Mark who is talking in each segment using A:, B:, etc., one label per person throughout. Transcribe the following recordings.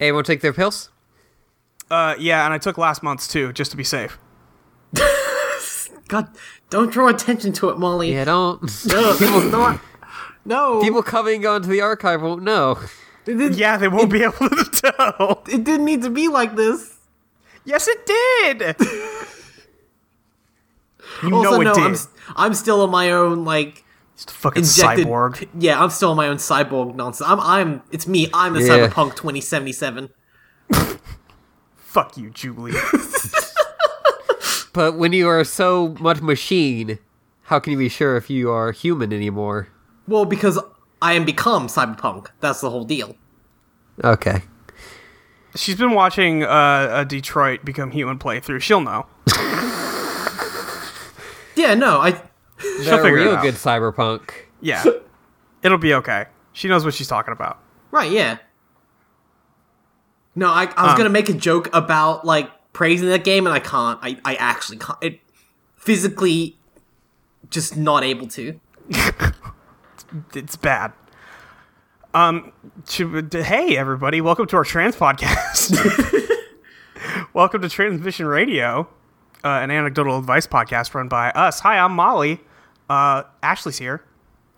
A: Anyone take their pills?
B: Uh, yeah, and I took last month's too, just to be safe.
C: God, don't draw attention to it, Molly.
A: Yeah, don't.
C: No, people not. No,
A: People coming onto the archive won't know.
C: it, didn't,
B: Yeah, they won't be able to tell.
C: it didn't need to be like this.
B: Yes, it did. You
C: Also,
B: know it
C: no,
B: did.
C: I'm, s- I'm still on my own like
B: Just a fucking
C: injected.
B: cyborg.
C: Yeah, I'm still on my own cyborg nonsense. I'm, I'm, it's me. I'm the
A: Yeah.
C: cyberpunk 2077.
B: Fuck you, Julie.
A: But when you are so much machine, how can you be sure if you are human anymore?
C: Well, because I am become cyberpunk. That's the whole deal.
A: Okay.
B: She's been watching uh, a Detroit Become Human playthrough. She'll know.
C: Yeah, no, I.
A: They're
B: figure it
A: real
B: out.
A: good cyberpunk.
B: Yeah, it'll be okay. She knows what she's talking about.
C: Right, yeah. No, I,
B: Ah.
C: I was gonna make a joke about like praising that game, and I can't. I, I actually can't. It physically just not able to.
B: It's bad. Um, she- d- hey everybody, welcome to our trans podcast. welcome to Transmission Radio, uh, an anecdotal advice podcast run by us. Hi, I'm Molly. Uh, Ashley's here.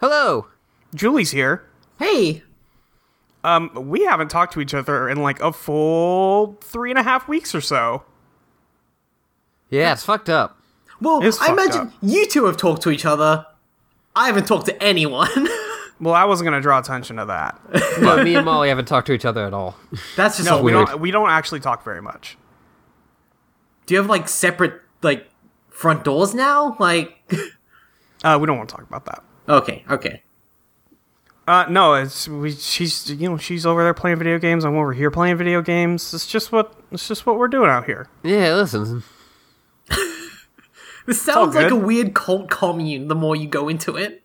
A: Hello.
B: Julie's here.
C: Hey,
B: Um, we haven't talked to each other in like a full three and a half weeks or so.
A: Yeah, it's fucked up.
C: well,
B: It's
C: I
B: fucked
C: imagine
B: up.
C: you two have talked to each other. I haven't talked to anyone.
B: Well, I wasn't gonna draw attention to that.
A: But me and Molly haven't talked to each other at all.
C: That's just
B: No, we
C: weird.
B: don't. We don't actually talk very much.
C: Do you have like separate like front doors now? Like,
B: Uh, we don't want to talk about that.
C: okay, okay.
B: Uh, no, it's we. She's you know she's over there playing video games. I'm over here playing video games. It's just what it's just what we're doing out here.
A: Yeah, listen.
C: This sounds like
B: good.
C: a weird cult commune. The more you go into it,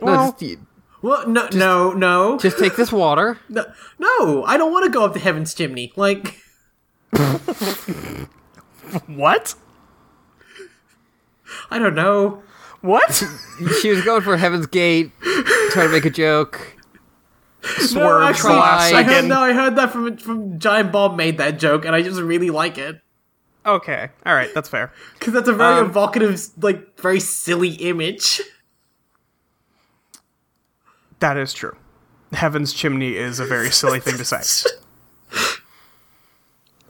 B: Well,
A: no, just,
C: well, no, no, no,
A: just take this water.
C: no, no. I don't want to go up to heaven's chimney. Like.
B: what?
C: I don't know.
B: What?
A: She was going for Heaven's Gate, trying to make a joke.
B: Swerve
C: no,
B: for the last
A: I
C: I heard,
B: second.
C: no, I heard that from from Giant Bob made that joke, and I just really like it
B: Okay, all right, that's fair.
C: because that's a very
B: Um,
C: evocative, like very silly image.
B: That is true. Heaven's chimney is a very silly thing to say.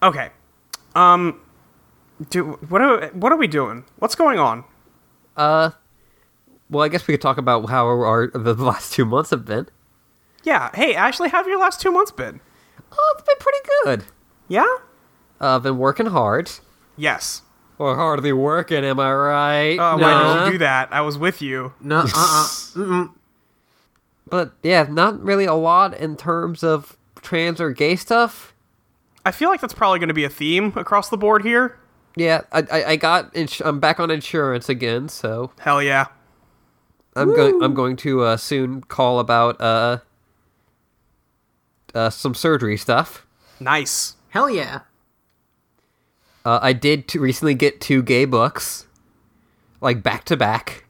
B: Okay, um, do what are what are we doing? What's going on?
A: Well, I guess we could talk about how our the last two months have been.
B: Yeah. Hey, Ashley, how have your last two months been?
A: Oh, it's been pretty good.
B: Yeah.
A: Uh, I've been working hard,
B: Yes.
A: or hardly working. Am I right?
B: Uh, Why did
A: Nah.
B: you do that? I was with you.
C: No, uh, uh
A: But yeah, not really a lot in terms of trans or gay stuff.
B: I feel like that's probably going to be a theme across the board here.
A: Yeah, I I, I got ins- I'm back on insurance again, so
B: Hell yeah.
A: I'm going I'm going to uh, soon call about uh, uh some surgery stuff.
B: Nice.
C: hell yeah.
A: Uh, I did t- recently get two gay books, like back to back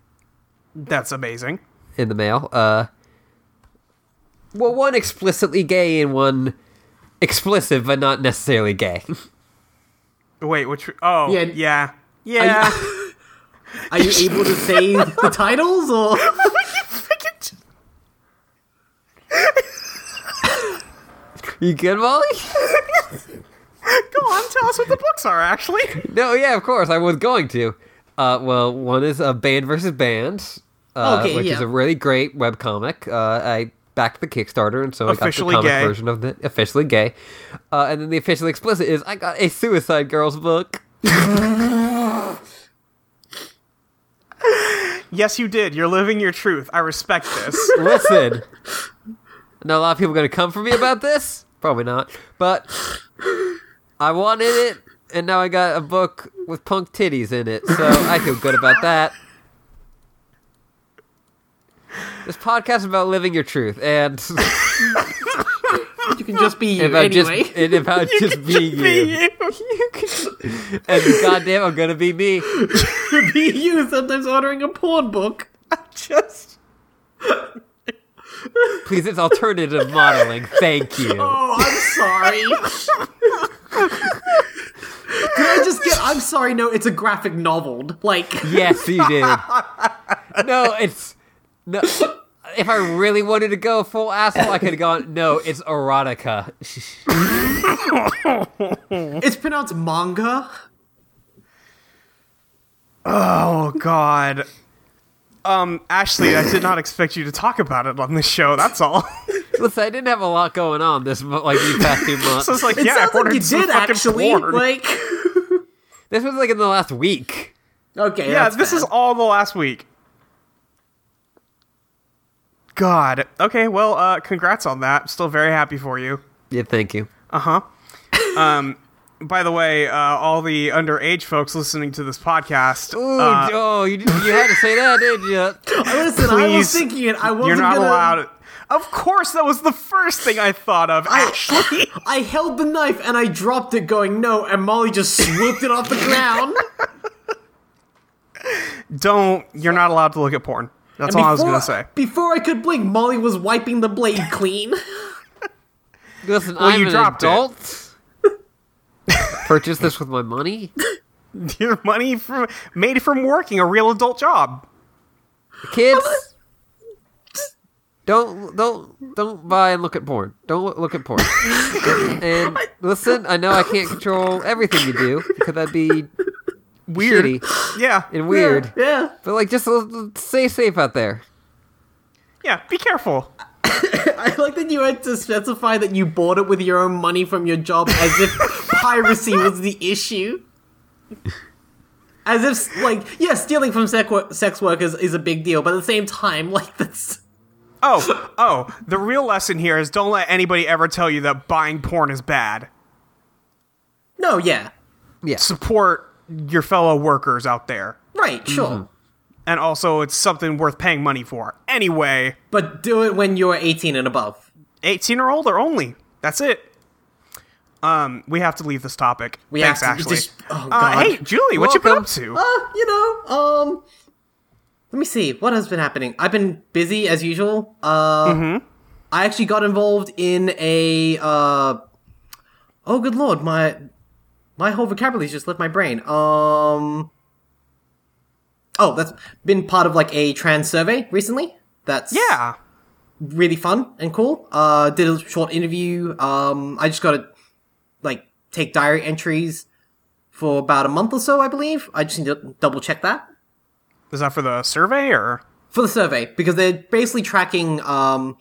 B: That's amazing.
A: in the mail. Uh, well, one explicitly gay and one explicit but not necessarily gay.
B: Wait, which Oh,
C: Yeah.
B: yeah. Yeah. Yeah.
C: Are you able to say the titles or?
A: you good, Molly?
B: Go on, tell us what the books are, actually.
A: no, yeah, of course I was going to. Uh, well, one is a uh, band versus band, uh,
C: Okay,
A: which
C: yeah.
A: is a really great webcomic. Uh, I backed the Kickstarter, and so
B: Officially
A: I got the comic
B: gay.
A: version of it, officially gay. Uh, and then the officially explicit is I got a Suicide Girls book.
B: Yes, you did. You're living your truth. I respect this.
A: Listen. Now a lot of people gonna come for me about this? Probably not. But I wanted it, and now I got a book with punk titties in it, so I feel good about that. This podcast is about living your truth and
C: You can just be you
A: about
C: anyway.
A: just and about just being you.
B: You can-
A: And goddamn, I'm gonna be me.
C: be you sometimes ordering a porn book.
B: Just
A: Please, it's alternative modeling. Thank you.
C: Oh, I'm sorry. Could I just get? I'm sorry. No, it's a graphic novel. Like,
A: Yes, you did. No, it's no. If I really wanted to go full asshole, I could have gone. No, it's erotica.
C: it's pronounced manga.
B: Oh God. Um, Ashley, I did not expect you to talk about it on this show. That's all.
A: Listen, I didn't have a lot going on this mo- like these past two
B: so
A: months.
B: it's like,
C: It
B: yeah, I
C: sounds
B: ordered
C: like you
B: some
C: did
B: fucking
C: actually.
B: porn.
C: Like,
A: This was like in the last week.
C: okay.
B: yeah,
C: that's
B: this
C: bad.
B: is all the last week. God. Okay. Well, uh, congrats on that. Still very happy for you.
A: Yeah, thank you.
B: Uh-huh. Um, By the way, uh, all the underage folks listening to this podcast,
A: Ooh,
B: uh,
A: oh, you, you had to say that, did you?
C: Listen, I was
B: please,
C: thinking it. I wasn't
B: you're not
C: gonna,
B: allowed. Of course, that was the first thing I thought of. Ashley.
C: I held the knife and I dropped it, going no, and Molly just swooped it off the ground.
B: Don't. You're not allowed to look at porn. That's all I was gonna say.
C: Before I could blink, Molly was wiping the blade clean.
A: Listen, I'm
B: you
A: an
B: dropped it.
A: adult. Purchased this with my money.
B: Your money from made from working a real adult job.
A: Kids, don't don't don't buy and look at porn. Don't loo- look at porn. and listen, I know I can't control everything you do because that'd be
B: Weird.
A: shitty
B: Yeah.
A: and weird.
C: Yeah.
A: But like, just l- l- stay safe out there.
B: Yeah. Be careful.
C: I like that you had to specify that you bought it with your own money from your job as if piracy was the issue. As if, like, yeah, stealing from sex, wo- sex workers is a big deal, but at the same time, like, that's.
B: Oh, oh, the real lesson here is don't let anybody ever tell you that buying porn is bad.
C: No, yeah.
A: Yeah.
B: Support your fellow workers out there.
C: Right, sure.
B: Mm-hmm. And also, it's something worth paying money for. Anyway,
C: But do it when you're 18 and above.
B: 18 or older only. That's it. Um, we have to leave this topic.
C: We
B: Thanks,
C: have to-
B: Ashley.
C: just- oh,
B: uh,
C: God.
B: hey, Julie, what
A: Welcome.
B: you been up to?
C: Uh, you know, um. Let me see. What has been happening? I've been busy as usual. Uh. I actually got involved in a. Uh, oh, good lord. My. My whole vocabulary's just left my brain. Um. Oh, that's been part of like a trans survey recently. That's
B: yeah.
C: really fun and cool. Uh, did a short interview. Um, I just got to like take diary entries for about a month or so, I believe. I just need to double check that
B: Is that for the survey or?
C: for the survey because they're basically tracking um,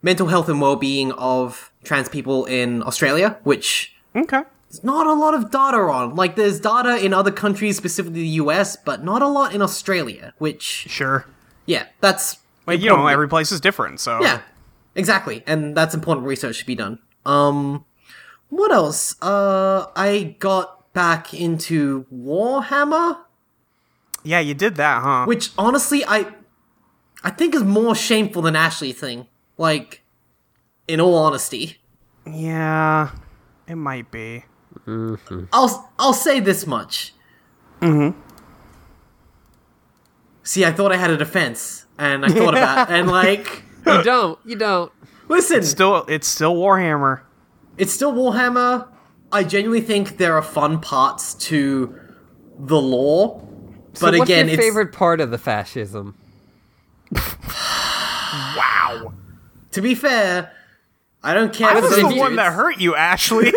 C: mental health and well-being of trans people in Australia, which
B: Okay.
C: there's not a lot of data on. Like, there's data in other countries, specifically the US, but not a lot in Australia. Which,
B: Sure.
C: yeah, that's
B: Like, you know, every place is different, so.
C: Yeah, exactly. And that's important research to be done. Um, what else? Uh, I got back into Warhammer,
B: Yeah, you did that, huh?
C: which honestly, I, I think is more shameful than Ashley thing. Like, in all honesty,
B: Yeah, it might be.
C: I'll I'll say this much. Mm-hmm. See, I thought I had a defense, and I thought about and like,
A: You don't. You don't.
C: listen,
B: Still, it's still Warhammer.
C: it's still Warhammer. I genuinely think there are fun parts to the lore,
A: So
C: but
A: what's
C: again,
A: your
C: it's
A: favorite part of the fascism?
B: Wow,
C: to be fair, I don't care.
B: I
C: for
B: was
A: was
B: the
A: the
C: those
B: one
C: dudes.
B: that hurt you, Ashley.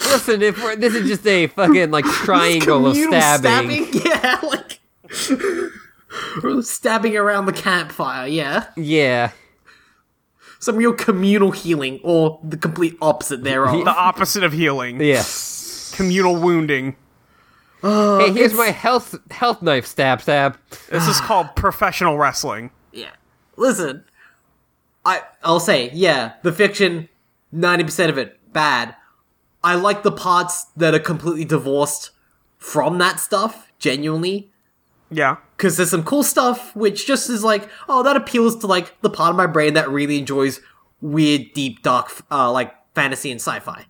A: Listen, if we're, this is just a fucking like triangle of
C: Communal
A: stabbing.
C: Yeah, like stabbing around the campfire. Yeah,
A: Yeah.
C: some real communal healing, or the complete opposite thereof.
B: the opposite of healing.
A: Yes.
B: Communal wounding.
C: Oh,
A: hey, here's my health health knife stab stab.
B: This is called professional wrestling.
C: yeah, listen, I I'll say yeah, the fiction, ninety percent of it bad. I like the parts that are completely divorced from that stuff, genuinely.
B: Yeah.
C: Because there's some cool stuff which just is like, oh, that appeals to like the part of my brain that really enjoys weird, deep, dark, uh, like fantasy and sci-fi.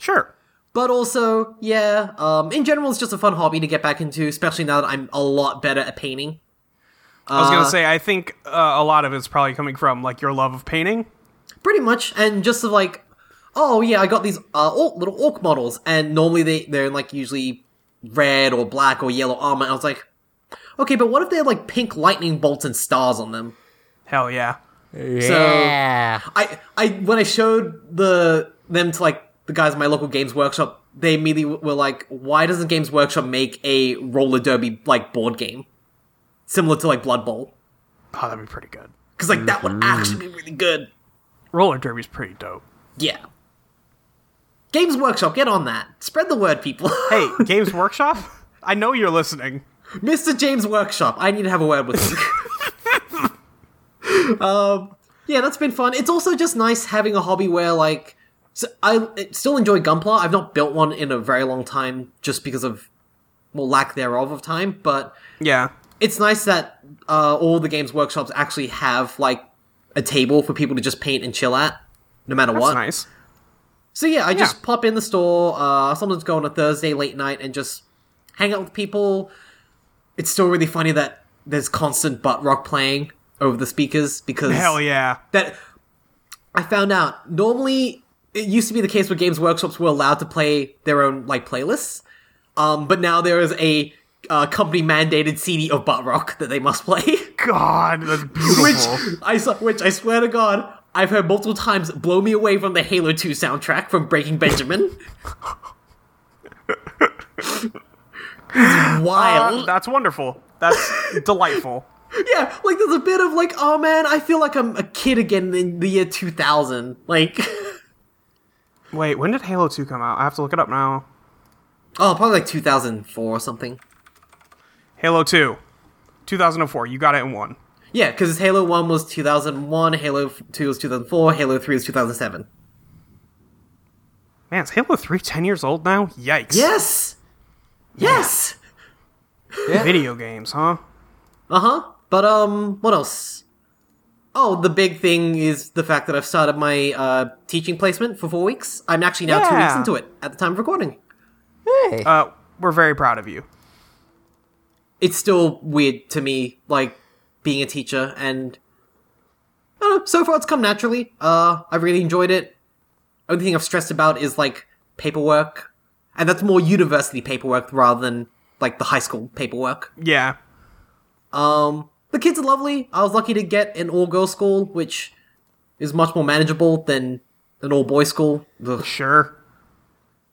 B: Sure.
C: But also, yeah, um, in general, it's just a fun hobby to get back into, especially now that I'm a lot better at painting.
B: I was gonna say, I think uh, a lot of it's probably coming from like your love of painting.
C: pretty much and just of like oh yeah i got these uh, orc, little orc models and normally they, they're like usually red or black or yellow armor and i was like okay but what if they had like pink lightning bolts and stars on them
B: Hell yeah.
A: Yeah.
C: i i when i showed the them to like the guys at my local games workshop they immediately were like why doesn't games workshop make a roller derby like board game similar to like blood bowl
B: Oh, that'd be pretty good.
C: because like that would actually be really good
B: Roller derby's pretty dope.
C: yeah games workshop get on that spread the word people
B: Hey, Games Workshop, I know you're listening.
C: Mr. James Workshop, I need to have a word with you. um, yeah, that's been fun. It's also just nice having a hobby where, like, s I I still enjoy Gunpla. I've not built one in a very long time just because of, well, lack thereof of time, but
B: Yeah.
C: it's nice that uh, all the Games Workshops actually have, like, a table for people to just paint and chill at, no matter
B: That's
C: what.
B: nice.
C: So yeah, I just
B: Yeah.
C: pop in the store. Uh, sometimes go on a Thursday late night and just hang out with people. It's still really funny that there's constant butt rock playing over the speakers because
B: Hell yeah.
C: that I found out. Normally, it used to be the case where Games Workshops were allowed to play their own like playlists, um, but now there is a uh, company mandated CD of butt rock that they must play.
B: God, that's
C: which
B: beautiful.
C: I saw, which I swear to God, I've heard multiple times. Blow me away from the Halo Two soundtrack from Breaking Benjamin.
B: Uh,
C: It's wild.
B: that's wonderful. That's delightful.
C: yeah, like there's a bit of like, oh man, I feel like I'm a kid again in the year 2000. Like,
B: Wait, when did Halo 2 come out? I have to look it up now.
C: oh, probably like 2004 or something.
B: Halo 2, 2004. You got it in one.
C: Yeah, because Halo One was 2001, Halo Two was 2004, Halo Three was 2007.
B: Man, is Halo 3 10 years old now? Yikes.
C: Yes, yes.
B: Video games, huh?
C: Uh huh. But um, what else? Oh, the big thing is the fact that I've started my uh, teaching placement for four weeks. I'm actually now two weeks
B: Yeah.
C: into it at the time of recording.
A: Hey.
B: Uh, we're very proud of you.
C: It's still weird to me, like being a teacher, and I don't know. So far, it's come naturally. Uh, I really enjoyed it. Only thing I've stressed about is like paperwork, and that's more university paperwork rather than like the high school paperwork.
B: Yeah.
C: Um, the kids are lovely. I was lucky to get an all girl school, which is much more manageable than an all boy school. Ugh.
B: Sure.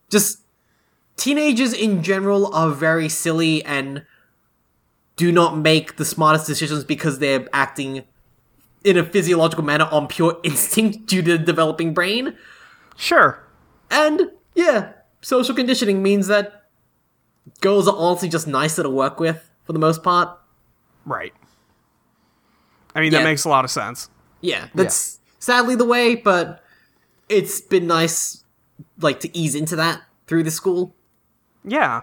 C: Just teenagers in general are very silly and do not make the smartest decisions because they're acting in a physiological manner on pure instinct due to the developing brain.
B: Sure.
C: And yeah, social conditioning means that girls are honestly just nicer to work with for the most part.
B: Right. I mean, that
C: Yeah.
B: makes a lot of sense.
C: Yeah, that's sadly the way, but it's been nice, like to ease into that through the school.
B: Yeah.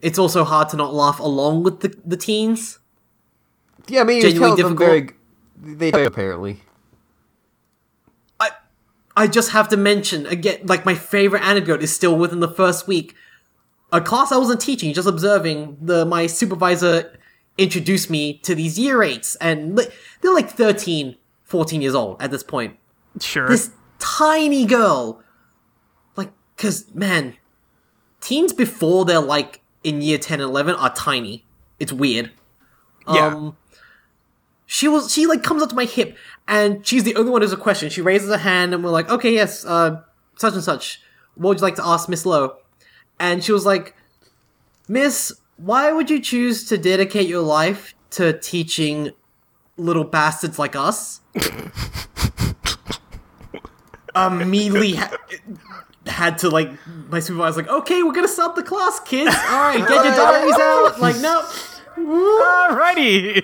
C: It's also hard to not laugh along with the, the teens.
A: Yeah, I mean, you tell
C: Genuinely
A: them very. g- They do, apparently.
C: I, I just have to mention again, like my favorite anecdote is still within the first week. A class I wasn't teaching, just observing. The my supervisor introduced me to these year eights, and li- they're like 13, 14 years old at this point.
B: Sure.
C: this tiny girl. Like, because, man, teens before they're like in year 10 and 11 are tiny. It's weird.
B: yeah.
C: Um, she was, she like comes up to my hip and she's the only one who's a question. She raises her hand and we're like, okay, yes, uh, such and such. What would you like to ask Miss Lowe? And she was like, Miss, why would you choose to dedicate your life to teaching little bastards like us? Immediately ha- had to like my supervisor's like, okay, we're gonna stop the class, kids. All right, get your diaries out. Like, nope.
B: Alrighty.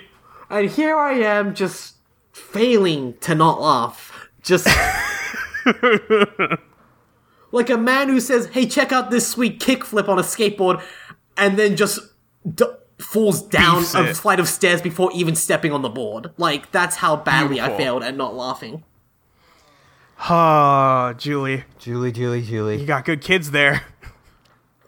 C: And here I am just failing to not laugh. Just like a man who says, "Hey, check out this sweet kickflip on a skateboard," and then just d- falls down
B: Beefs
C: a
B: it.
C: flight of stairs before even stepping on the board. Like that's how badly I
B: Beautiful.
C: failed at not laughing.
B: Oh, Julie.
A: Julie, Julie,
B: You
A: Julie.
B: got good kids there.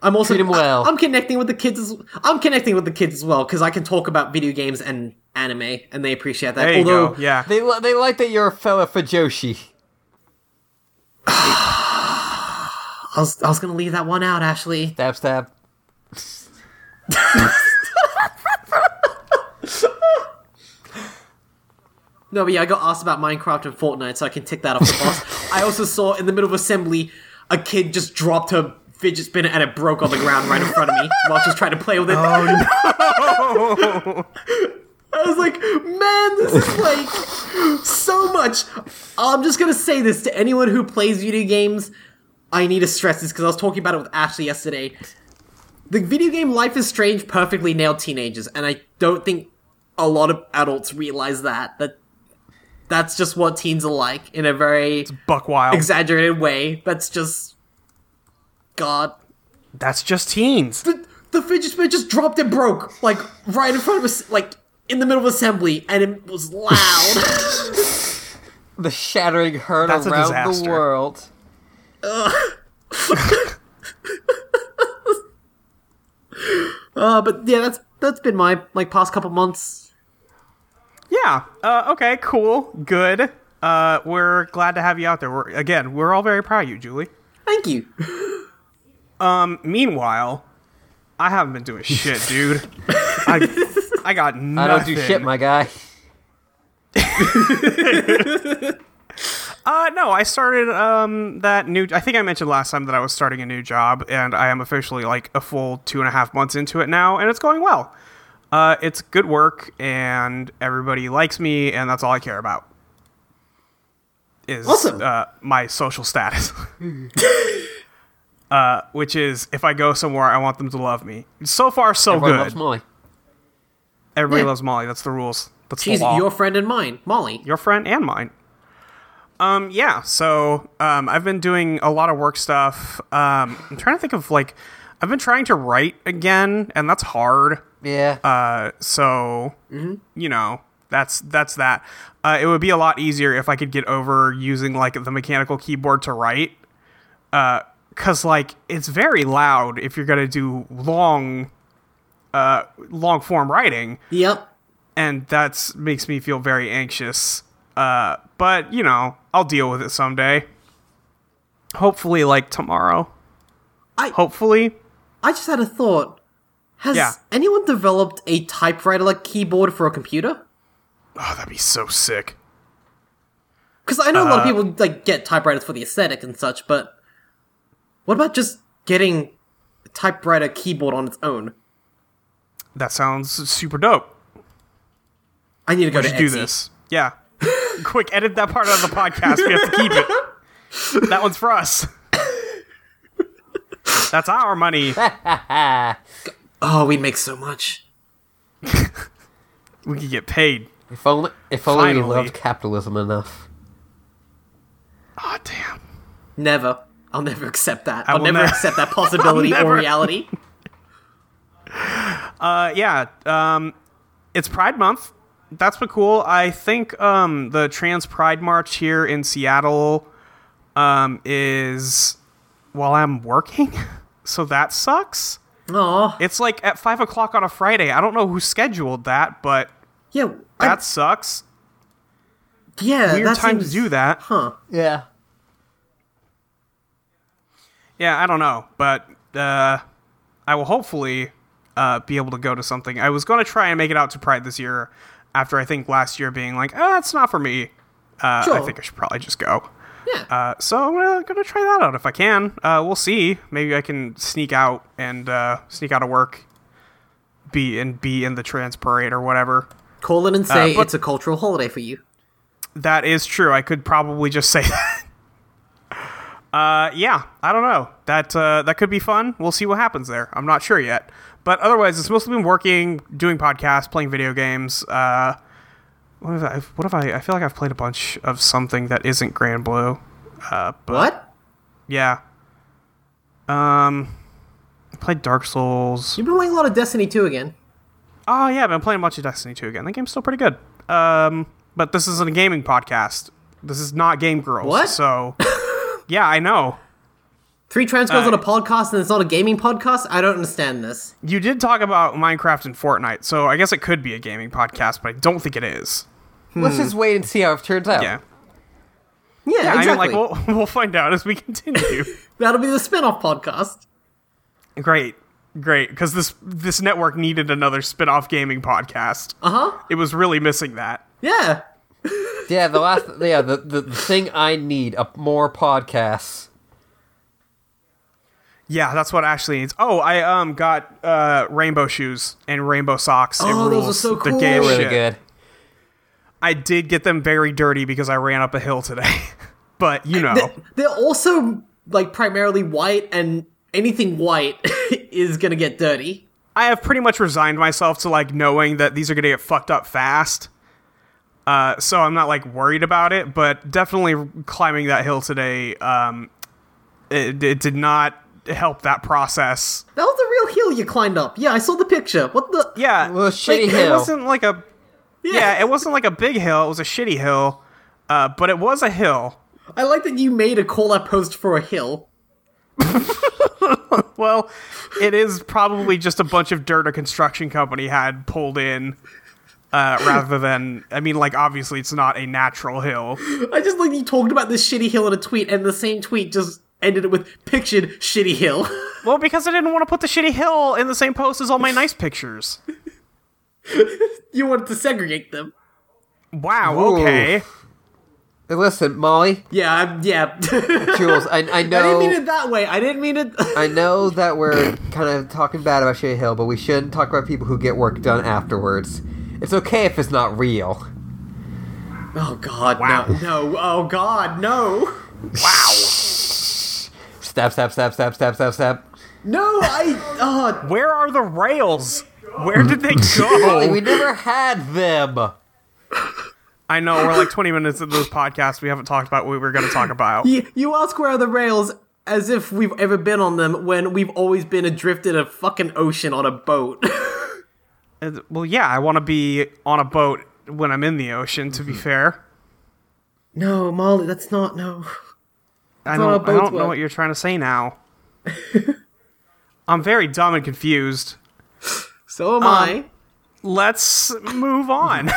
C: I'm also
A: Treat 'em well.
C: I, am connecting with the kids. As, I'm connecting with the kids as well because I can talk about video games and anime, and they appreciate that.
B: There you
C: Although,
B: go. Yeah.
A: They li- they like that you're a fella for Joshi.
C: I was, I was gonna leave that one out, Ashley.
A: Stab stab.
C: No, but yeah, I got asked about Minecraft and Fortnite, so I can tick that off the box. I also saw in the middle of assembly a kid just dropped her fidget spinner and it broke on the ground right in front of me while she was trying to play with it. I was like, man, this is like so much. I'm just gonna say this to anyone who plays video games. I need to stress this because I was talking about it with Ashley yesterday. The video game Life is Strange perfectly nailed teenagers, and I don't think a lot of adults realize that. That that's just what teens are like in a very
B: Buck wild.
C: exaggerated way. That's just God.
B: That's just teens.
C: The, the fidget spinner just dropped and broke, like right in front of us, like in the middle of assembly, and it was loud.
A: The shattering hurt
B: That's a
A: around the
B: disaster.
A: world.
C: uh, but yeah, that's that's been my like past couple months.
B: Yeah. Uh, okay. Cool. Good. Uh, we're glad to have you out there. We're, again, we're all very proud of you, Julie.
C: Thank you.
B: Meanwhile, I haven't been doing shit, dude. I, I got nothing.
A: I don't do shit, my guy.
B: Uh, no, I started um that new. I think I mentioned last time that I was starting a new job, and I am officially like a full two and a half months into it now, and it's going well. Uh, it's good work, and everybody likes me, and that's all I care about. Is
C: Awesome.
B: uh, my social status, uh, which is if I go somewhere, I want them to love me. So far, so
A: Everyone
B: good.
A: loves Molly.
B: Everybody
C: Yeah.
B: loves Molly. That's the rules. That's
C: She's
B: the law.
C: your friend and mine, Molly.
B: your friend and mine. Um, yeah, so um, I've been doing a lot of work stuff. Um, I'm trying to think of like I've been trying to write again, and that's hard.
A: Yeah.
B: Uh, so you know that's that's that. Uh, it would be a lot easier if I could get over using like the mechanical keyboard to write, because like it's very loud if you're gonna do long, uh, long form writing
C: Yep.
B: and that's makes me feel very anxious. Uh, but you know, I'll deal with it someday. Hopefully, like tomorrow.
C: I-
B: hopefully
C: I just had a thought. Has
B: Yeah.
C: anyone developed a typewriter like keyboard for a computer?
B: oh that'd be so sick.
C: Because I know
B: Uh,
C: a lot of people like get typewriters for the aesthetic and such, but what about just getting a typewriter keyboard on its own?
B: That sounds super dope.
C: I need to go
B: We
C: to
B: should do
C: Etsy.
B: this. Yeah, quick, edit that part out of the podcast. We have to keep it. That one's for us. That's our money.
A: Ah.
C: Oh, we make so much.
B: We could get paid.
A: if only if only we
B: finally.
A: loved capitalism enough.
B: Oh damn.
C: Never. I'll never accept that. I'll
B: will
C: never
B: ne-
C: accept that possibility
B: I'll
C: or
B: never-
C: reality.
B: Uh, yeah, um, it's Pride Month. That's been cool. I think um, the Trans Pride March here in Seattle um, is while I'm working, so that sucks.
C: Aw.
B: It's like at five o'clock on a Friday. I don't know who scheduled that, but
C: Yeah. I-
B: that sucks.
C: yeah.
B: Weird
C: that
B: time
C: seems-
B: to do that.
C: Huh.
A: Yeah.
B: Yeah, I don't know, but uh, I will hopefully uh, be able to go to something. I was going to try and make it out to Pride this year, after I think last year being like, oh, that's not for me. Uh, I
C: Sure.
B: think I should probably just go.
C: Yeah.
B: Uh, so I'm gonna, gonna try that out if I can. Uh, we'll see. Maybe I can sneak out and uh, sneak out of work, be and be in the trans parade or whatever.
C: Call it and say
B: Uh, but-
C: it's a cultural holiday for you.
B: That is true. I could probably just say that. Uh, yeah, I don't know. That uh, that could be fun. We'll see what happens there. I'm not sure yet. But otherwise, it's mostly been working, doing podcasts, playing video games. Uh, what have I? What have I? I feel like I've played a bunch of something that isn't Grand Blue. Uh, but
C: What?
B: yeah. Um, I played Dark Souls.
C: You've been playing a lot of Destiny 2 again.
B: Oh yeah, I've been playing much of Destiny 2 again. That game's still pretty good. Um, but this isn't a gaming podcast. This is not Game Girls.
C: What?
B: So, yeah, I know.
C: Three trans girls
B: Uh,
C: on a podcast and it's not a gaming podcast? I don't understand this.
B: You did talk about Minecraft and Fortnite, so I guess it could be a gaming podcast, but I don't think it is.
A: Let's just wait and see how it turns out.
B: Yeah.
C: Oh. Yeah,
B: Yeah,
C: exactly.
B: I mean, like, we'll, we'll find out as we continue.
C: That'll be the spin off podcast.
B: great. Great. Because this, this network needed another spin off gaming podcast.
C: Uh huh.
B: It was really missing that.
C: Yeah.
A: Yeah, the last yeah, the, the, the thing I need a more podcasts.
B: Yeah, that's what Ashley needs. Oh, I um got uh rainbow shoes and rainbow socks. It
C: Oh, those are
B: rules.
C: so
B: The
C: cool.
B: gay
C: They're
B: as
A: Really
B: shit.
A: good.
B: I did get them very dirty because I ran up a hill today. but you know,
C: Th- They're also like primarily white and anything white is gonna get dirty.
B: I have pretty much resigned myself to like knowing that these are gonna get fucked up fast. Uh, so I'm not like worried about it, but definitely climbing that hill today, um, it, it did not help that process.
C: That was the real hill you climbed up. Yeah, I saw the picture. What the?
B: Yeah,
A: Well, shitty
B: like, It
A: hill.
B: wasn't like a yeah, it wasn't like a big hill. It was a shitty hill, uh, but it was a hill.
C: I like that you made a call out post for a hill.
B: Well, it is probably just a bunch of dirt a construction company had pulled in, uh, rather than. I mean, like obviously it's not a natural hill.
C: I just like you talked about this shitty hill in a tweet, and the same tweet just ended it with pictured shitty hill.
B: Well, because I didn't want to put the shitty hill in the same post as all my nice pictures.
C: you wanted to segregate them.
B: Wow.
A: Ooh.
B: Okay.
A: Hey, Listen, Molly,
C: Yeah, I'm, yeah. I
A: Jules, I, I
C: didn't mean
A: know
C: it that way. I didn't mean it.
A: I know that we're kind of talking bad about Shady Hill, but we shouldn't talk about people who get work done afterwards. It's okay if it's not real.
C: oh God,
B: Wow.
C: no, no. Oh God, no,
B: Wow.
A: Stab, stab, stab, stab, stab, stab, stab.
C: no. I. Oh,
B: Where are the rails? Where did they
A: Molly, we
B: go?
A: never had them.
B: I know we're like 20 minutes into this podcast. We haven't talked about what we were going to talk about.
C: you, you ask where are the rails as if we've ever been on them when we've always been adrift in a fucking ocean on a boat.
B: Uh, Well, yeah, I want to be on a boat when I'm in the ocean. To be
A: Mm-hmm.
B: fair.
C: no, Molly, that's not no.
B: I
C: how
B: don't, I
C: boats
B: don't know
C: work.
B: what you're trying to say now. I'm very dumb and confused.
C: So am I.
B: Let's move on.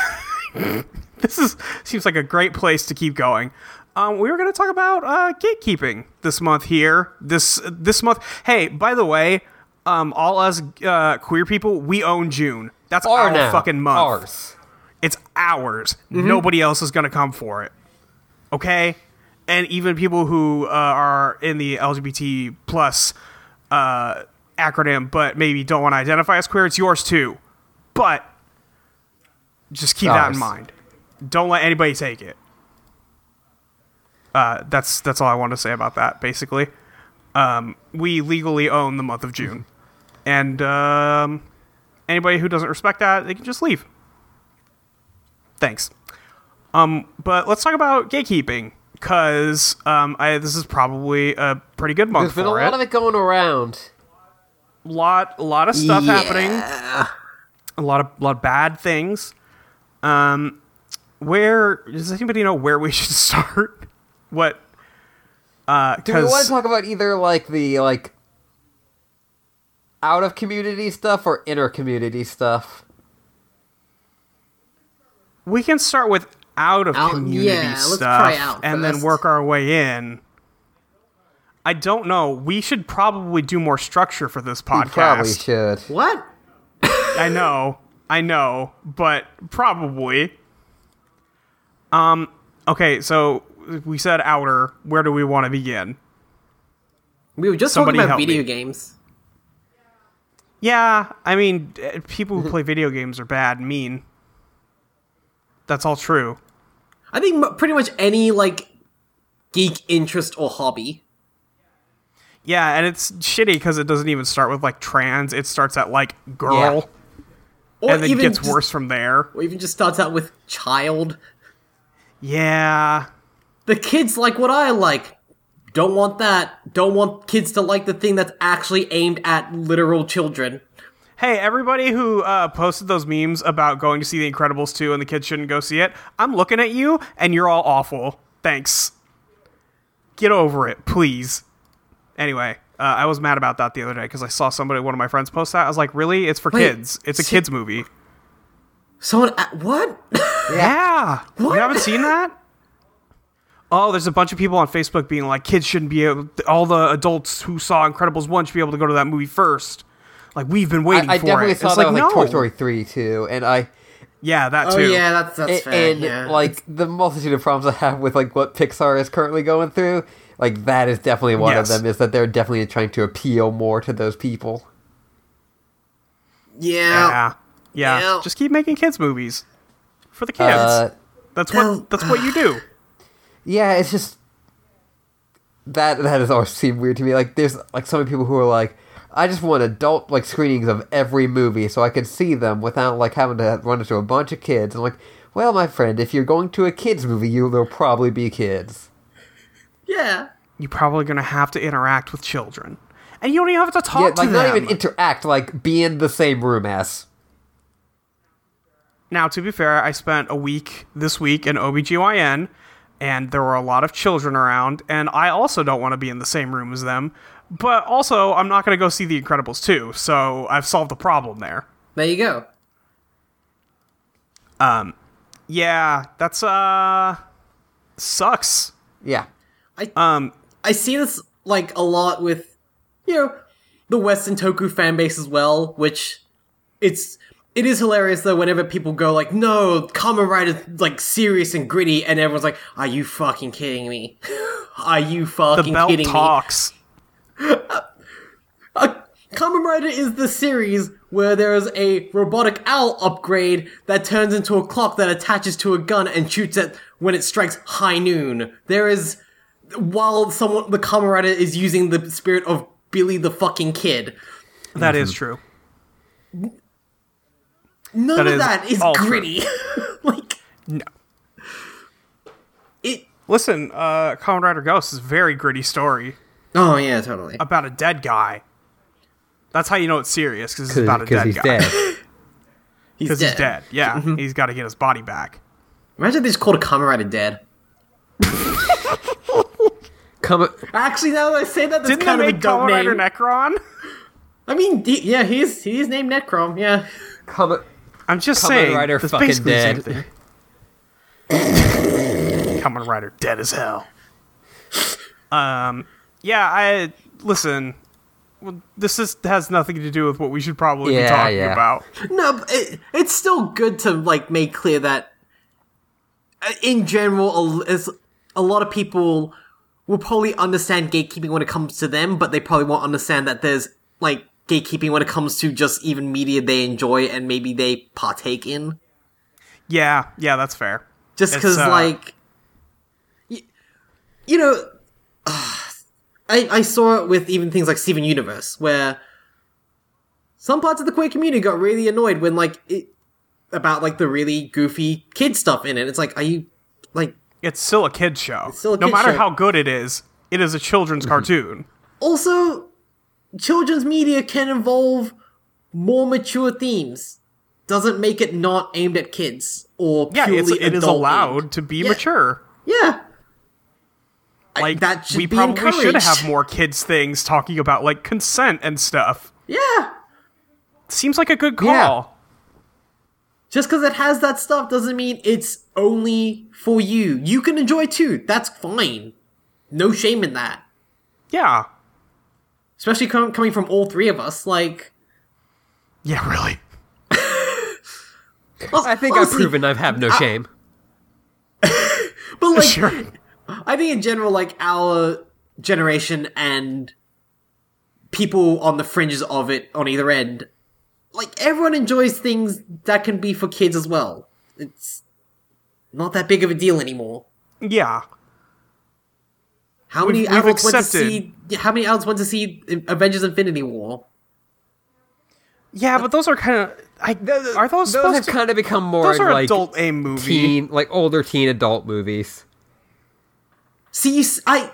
B: this is seems like a great place to keep going. Um, we were going to talk about uh, gatekeeping this month here. This this month. Hey, by the way, um, all us uh, queer people, we own June. That's
A: Our
B: our
A: now.
B: fucking month.
A: Ours.
B: It's ours. Nobody else is going to come for it. Okay? And even people who uh, are in the LGBT plus uh, acronym, but maybe don't want to identify as queer, it's yours too. But just keep that
A: Ours.
B: in mind. Don't let anybody take it. Uh, that's that's all I want to say about that. Basically, um, we legally own the month of June, and um, anybody who doesn't respect that, they can just leave. Thanks. Um, but let's talk about gatekeeping because um, I this is probably a pretty good
A: There's
B: month
A: been a
B: for
A: lot
B: it.
A: of it going around.
B: lot lot of stuff
A: Yeah.
B: happening. A lot of lot of bad things. Um, where does anybody know where we should start? What? Uh,
A: Do we want to
B: because
A: talk about either like the like out of community stuff or inner community stuff?
B: we can start with out of
C: Out-
B: community
C: yeah, let's
B: stuff
C: try out
B: and then
C: first.
B: work our way in. I don't know. We should probably do more structure for this
A: We probably
B: podcast.
A: should.
C: What?
B: I know, I know, but probably. Um. Okay, so we said outer. Where do we want to begin?
C: We were just
B: Somebody
C: talking about
B: help
C: video
B: me.
C: games.
B: Yeah, I mean, eh, people who play video games are bad, and mean. That's all true.
C: I think m- pretty much any like geek interest or hobby.
B: Yeah, and it's shitty because it doesn't even start with like trans. It starts at like girl,
C: Or
B: and then
C: even
B: gets
C: just,
B: worse from there.
C: Or even just starts out with child.
B: Yeah,
C: The kids like what I like. Don't want that. Don't want kids to like the thing that's actually aimed at literal children.
B: Hey, everybody who uh, posted those memes about going to see The Incredibles 2 and the kids shouldn't go see it, I'm looking at you and you're all awful. Thanks. Get over it, please. Anyway, uh, I was mad about that the other day because I saw somebody, one of my friends, post that. I was like, really? It's for
C: Wait,
B: kids. It's a
C: se-
B: kids movie.
C: Someone a- uh, what?
B: Yeah.
C: What?
B: You haven't seen that? Oh, there's a bunch of people on Facebook being like, kids shouldn't be able, all the adults who saw Incredibles 1 should be able to go to that movie first. Like, we've been waiting
A: I, I
B: for
A: definitely
B: it.
A: saw
B: it's
A: that
B: like,
A: with
B: no.
A: like Toy Story three too, and I
B: Yeah, that
C: oh
B: too.
C: yeah, that's that's
A: and,
C: fair.
A: and,
C: yeah.
A: like the multitude of problems I have with like what Pixar is currently going through, like that is definitely one
B: Yes.
A: of them. Is that they're definitely trying to appeal more to those people.
B: Yeah.
C: yeah.
B: Yeah.
C: Ew.
B: Just keep making kids movies for the kids.
A: Uh,
B: that's what
C: Ew.
B: that's what you do.
A: yeah, it's just that that has always seemed weird to me. Like there's like so many people who are like, I just want adult like screenings of every movie so I can see them without like having to run into a bunch of kids. And like, well, my friend, if you're going to a kids movie, you will probably be kids.
C: Yeah.
B: You're probably gonna have to interact with children, and you don't even have to talk
A: yeah,
B: to
A: like
B: them.
A: not even interact, like be in the same room as.
B: now, to be fair, I spent a week this week in OBGYN, and there were a lot of children around, and I also don't want to be in the same room as them. But also, I'm not gonna go see The Incredibles 2, so I've solved the problem there.
C: There you go.
B: Yeah, that's uh, sucks.
A: Yeah.
B: Um,
C: I see this like a lot with you know the Western Toku fan base as well, which it's it is hilarious though whenever people go like, no, Kamen Rider's like serious and gritty, and everyone's like, Are you fucking kidding me? Are you
B: the
C: fucking
B: belt
C: kidding
B: talks.
C: me? Uh, Kamen Rider is the series where there is a robotic owl upgrade that turns into a clock that attaches to a gun and shoots at when it strikes high noon. There is while someone the Kamen Rider is using the spirit of Billy the fucking kid.
B: That
A: Mm-hmm.
B: is true.
C: None
B: That
C: of
B: is
C: that is
B: all true.
C: gritty. like
B: No.
C: it.
B: Listen, uh, Kamen Rider Ghost is a very gritty story
C: Oh yeah, totally.
B: about a dead guy. That's how you know it's serious because it's about a dead
A: he's
B: guy.
A: dead.
B: Because he's dead. Mm-hmm. Yeah, he's got to get his body back.
C: Imagine if they just called a Kamen Rider dead.
A: Come,
C: Actually, now that I say that, that's
B: Didn't they
C: kind of a
B: make
C: dope
B: Kamen Rider
C: name.
B: Necron?
C: I mean, he, yeah, he's he's named Necrom. Yeah.
A: come.
B: I'm just
A: Kamen
B: saying.
A: Rider
B: that's
A: fucking
B: basically the same
A: dead.
B: thing. Kamen Rider dead as hell. Um, yeah, I listen. Well, this is, has nothing to do with what we should probably be
A: Yeah,
B: talking
A: yeah.
B: about.
C: No, but it, it's still good to like make clear that uh, in general, a, is- a lot of people will probably understand gatekeeping when it comes to them, but they probably won't understand that there's like gatekeeping when it comes to just even media they enjoy and maybe they partake in.
B: Yeah, yeah, that's fair.
C: Just
B: It's,
C: because,
B: uh,
C: like, y- you know, I I saw it with even things like Steven Universe, where some parts of the queer community got really annoyed when like it about like the really goofy kid stuff in it. It's like, are you like?
B: It's still a kid's show.
C: still a
B: no
C: kid's
B: matter
C: show.
B: how good it is, it is a children's
A: Mm-hmm.
B: cartoon.
C: Also, children's media can involve more mature themes. Doesn't make it not aimed at kids or
B: Yeah, it's,
C: purely
B: it is
C: adult-aimed.
B: allowed to be
C: Yeah.
B: mature.
C: Yeah, I-
B: Like
C: that should
B: we
C: be
B: probably should
C: encouraged.
B: have more kids things talking about like consent and stuff.
C: yeah.
B: Seems like a good call.
A: Yeah.
C: Just because it has that stuff doesn't mean it's only for you. You can enjoy too. That's fine. No shame in that.
B: Yeah,
C: Especially com- coming from all three of us. Like,
B: Yeah, really.
A: I think I've
C: honestly,
A: proven I have no shame.
C: But like,
B: sure.
C: I think in general, like our generation and people on the fringes of it on either end, like everyone enjoys things that can be for kids as well. It's not that big of a deal anymore.
B: Yeah.
C: How
B: We've-
C: many
B: we've
C: adults went to
B: accepted-
C: see? How many adults went to see Avengers: Infinity War?
B: Yeah, but those are kind of I are those,
A: Those have
B: supposed to,
A: kind of become more
B: those are
A: like
B: adult aim movie.
A: teen, like older teen adult movies.
C: See, you, s- I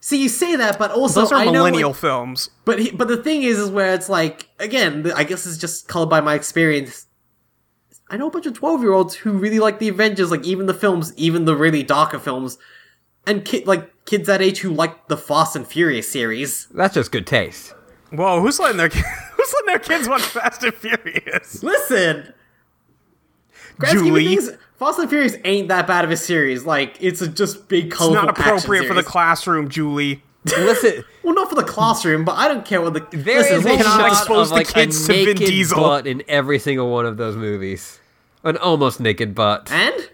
C: see you say that, but also
B: Those are
C: Oh, I know, like-
B: millennial films.
C: but he, but the thing is, is where it's like again, the, I guess it's just colored by my experience. I know a bunch of twelve year olds who really like the Avengers, like even the films, even the really darker films, and ki- like kids that age who like the Fast and Furious series.
A: That's just good taste.
B: Whoa, who's letting their ki- who's letting their kids watch Fast and Furious?
C: Listen, grand scheme of
B: Julie.
C: things, Fast and Furious ain't that bad of a series. Like it's a just big
B: It's
C: colorful.
B: not
C: action
B: appropriate for the
C: series.
B: classroom, Julie.
A: Listen,
C: Well, not for the classroom, but I don't care what the.
A: there is
C: listen, we'll
A: a
B: cannot
A: shot
B: expose
A: of
B: the
A: like
B: kids
A: a
B: to Vin
A: naked
B: Diesel.
A: butt in every single one of those movies. An almost naked butt.
C: And?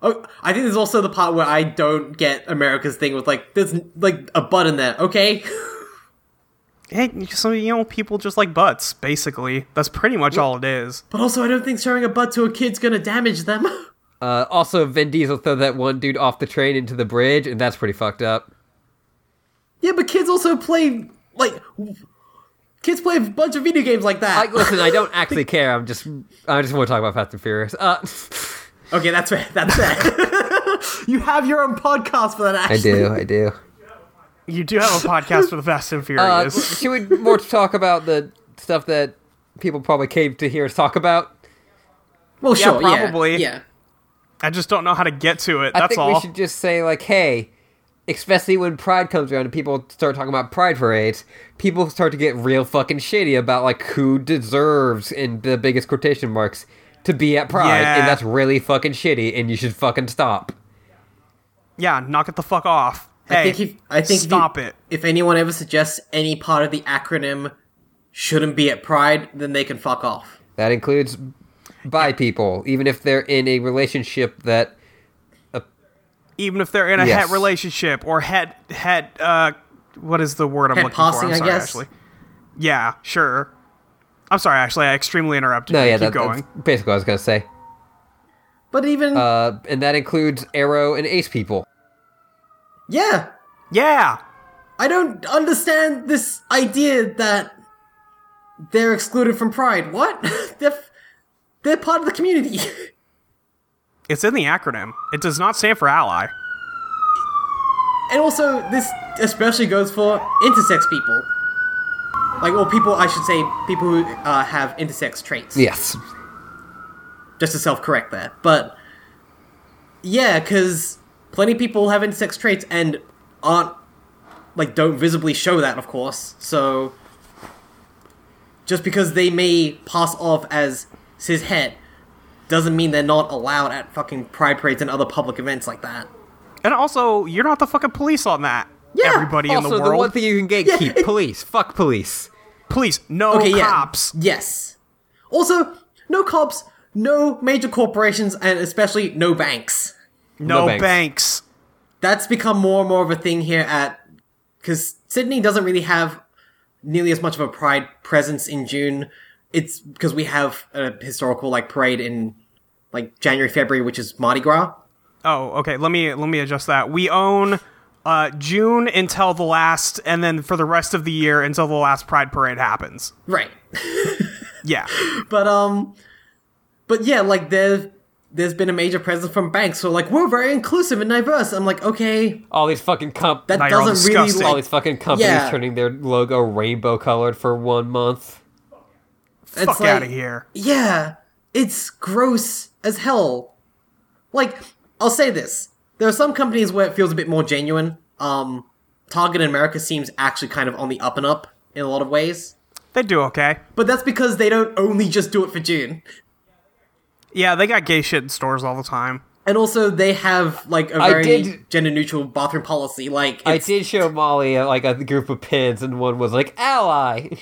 C: Oh, I think there's also the part where I don't get America's thing with like there's like a butt in there. Okay,
B: Hey, so you know, people just like butts. Basically, that's pretty much all it is.
C: but also I don't think showing a butt to a kid's gonna damage them.
A: Uh, also, Vin Diesel threw that one dude off the train into the bridge, and that's pretty fucked up.
C: yeah, but kids also play like w- kids play a bunch of video games like
A: I,
C: that.
A: listen, I don't actually care. I'm just, I just want to talk about Fast and Furious. Uh,
C: okay, that's fair. That's fair. you have your own podcast for that. Actually.
A: I do.
B: You do have a podcast for the Fast and
A: Uh,
B: Furious.
A: should we more talk about the stuff that people probably came to hear us talk about?
C: Well,
B: Yeah,
C: sure.
B: probably.
C: Yeah.
B: I just don't know how to get to it.
A: I
B: That's
A: think
B: all.
A: we should just say like, hey, especially when Pride comes around and people start talking about Pride parades, people start to get real fucking shitty about like who deserves in the biggest quotation marks to be at Pride,
B: Yeah.
A: and that's really fucking shitty, and you should fucking stop.
B: Yeah, knock it the fuck off. Hey,
C: I think if I think if you-
B: stop it.
C: If anyone ever suggests any part of the acronym shouldn't be at Pride, then they can fuck off.
A: That includes bi people, even if they're in a relationship that
B: Even if they're in a
A: Yes.
B: het relationship or het het uh, what is the word I'm
C: Het
B: looking
C: passing,
B: for?
C: I
B: I'm sorry,
C: guess.
B: Ashley. Yeah, sure. I'm sorry, Ashley. I extremely interrupted.
A: no,
B: you.
A: oh, yeah, that,
B: keep going.
A: that's basically what I was gonna say.
C: But even
A: Uh, and that includes arrow and ace people.
C: yeah,
B: Yeah,
C: I don't understand this idea that they're excluded from Pride. What? they're f- they're part of the community.
B: it's in the acronym. It does not stand for ally.
C: and also, this especially goes for intersex people. Like, well, people I should say people who uh, have intersex traits.
A: Yes.
C: Just to self-correct there, but yeah, because plenty of people have intersex traits and aren't like don't visibly show that, of course. So just because they may pass off as cis het doesn't mean they're not allowed at fucking pride parades and other public events like that.
B: And also, you're not the fucking police on that.
C: Yeah,
B: Everybody in
A: Also,
B: the
A: the,
B: world.
A: one thing you can get keep police. Fuck police.
B: Police, no
C: Okay, yeah.
B: cops.
C: Yes. Also, no cops, no major corporations, and especially no banks.
B: No,
A: No
B: banks.
A: banks.
C: that's become more and more of a thing here at because Sydney doesn't really have nearly as much of a pride presence in June. It's because we have a historical like parade in like January, February, which is Mardi Gras.
B: Oh, okay. Let me let me adjust that. We own uh, June until the last, and then for the rest of the year until the last Pride Parade happens.
C: Right.
B: Yeah,
C: but um but yeah, like there there's been a major presence from banks, so like we're very inclusive and diverse. I'm like, okay,
A: All these fucking comp.
C: that
B: Now you're all
C: doesn't really
B: disgusting.
A: all
C: like
A: these fucking companies
C: Yeah.
A: turning their logo rainbow colored for one month.
C: it's
B: fuck
C: like-
B: out of here.
C: Yeah, it's gross as hell. Like, I'll say this. There are some companies where it feels a bit more genuine. Um, Target in America seems actually kind of on the up and up in a lot of ways.
B: They do okay.
C: But that's because they don't only just do it for June.
B: Yeah, they got gay shit in stores all the time.
C: And also, they have, like, a
A: I
C: very
A: did-
C: gender neutral bathroom policy. Like,
A: I
C: it's,
A: did show Molly uh, like a group of pins, and one was like ally.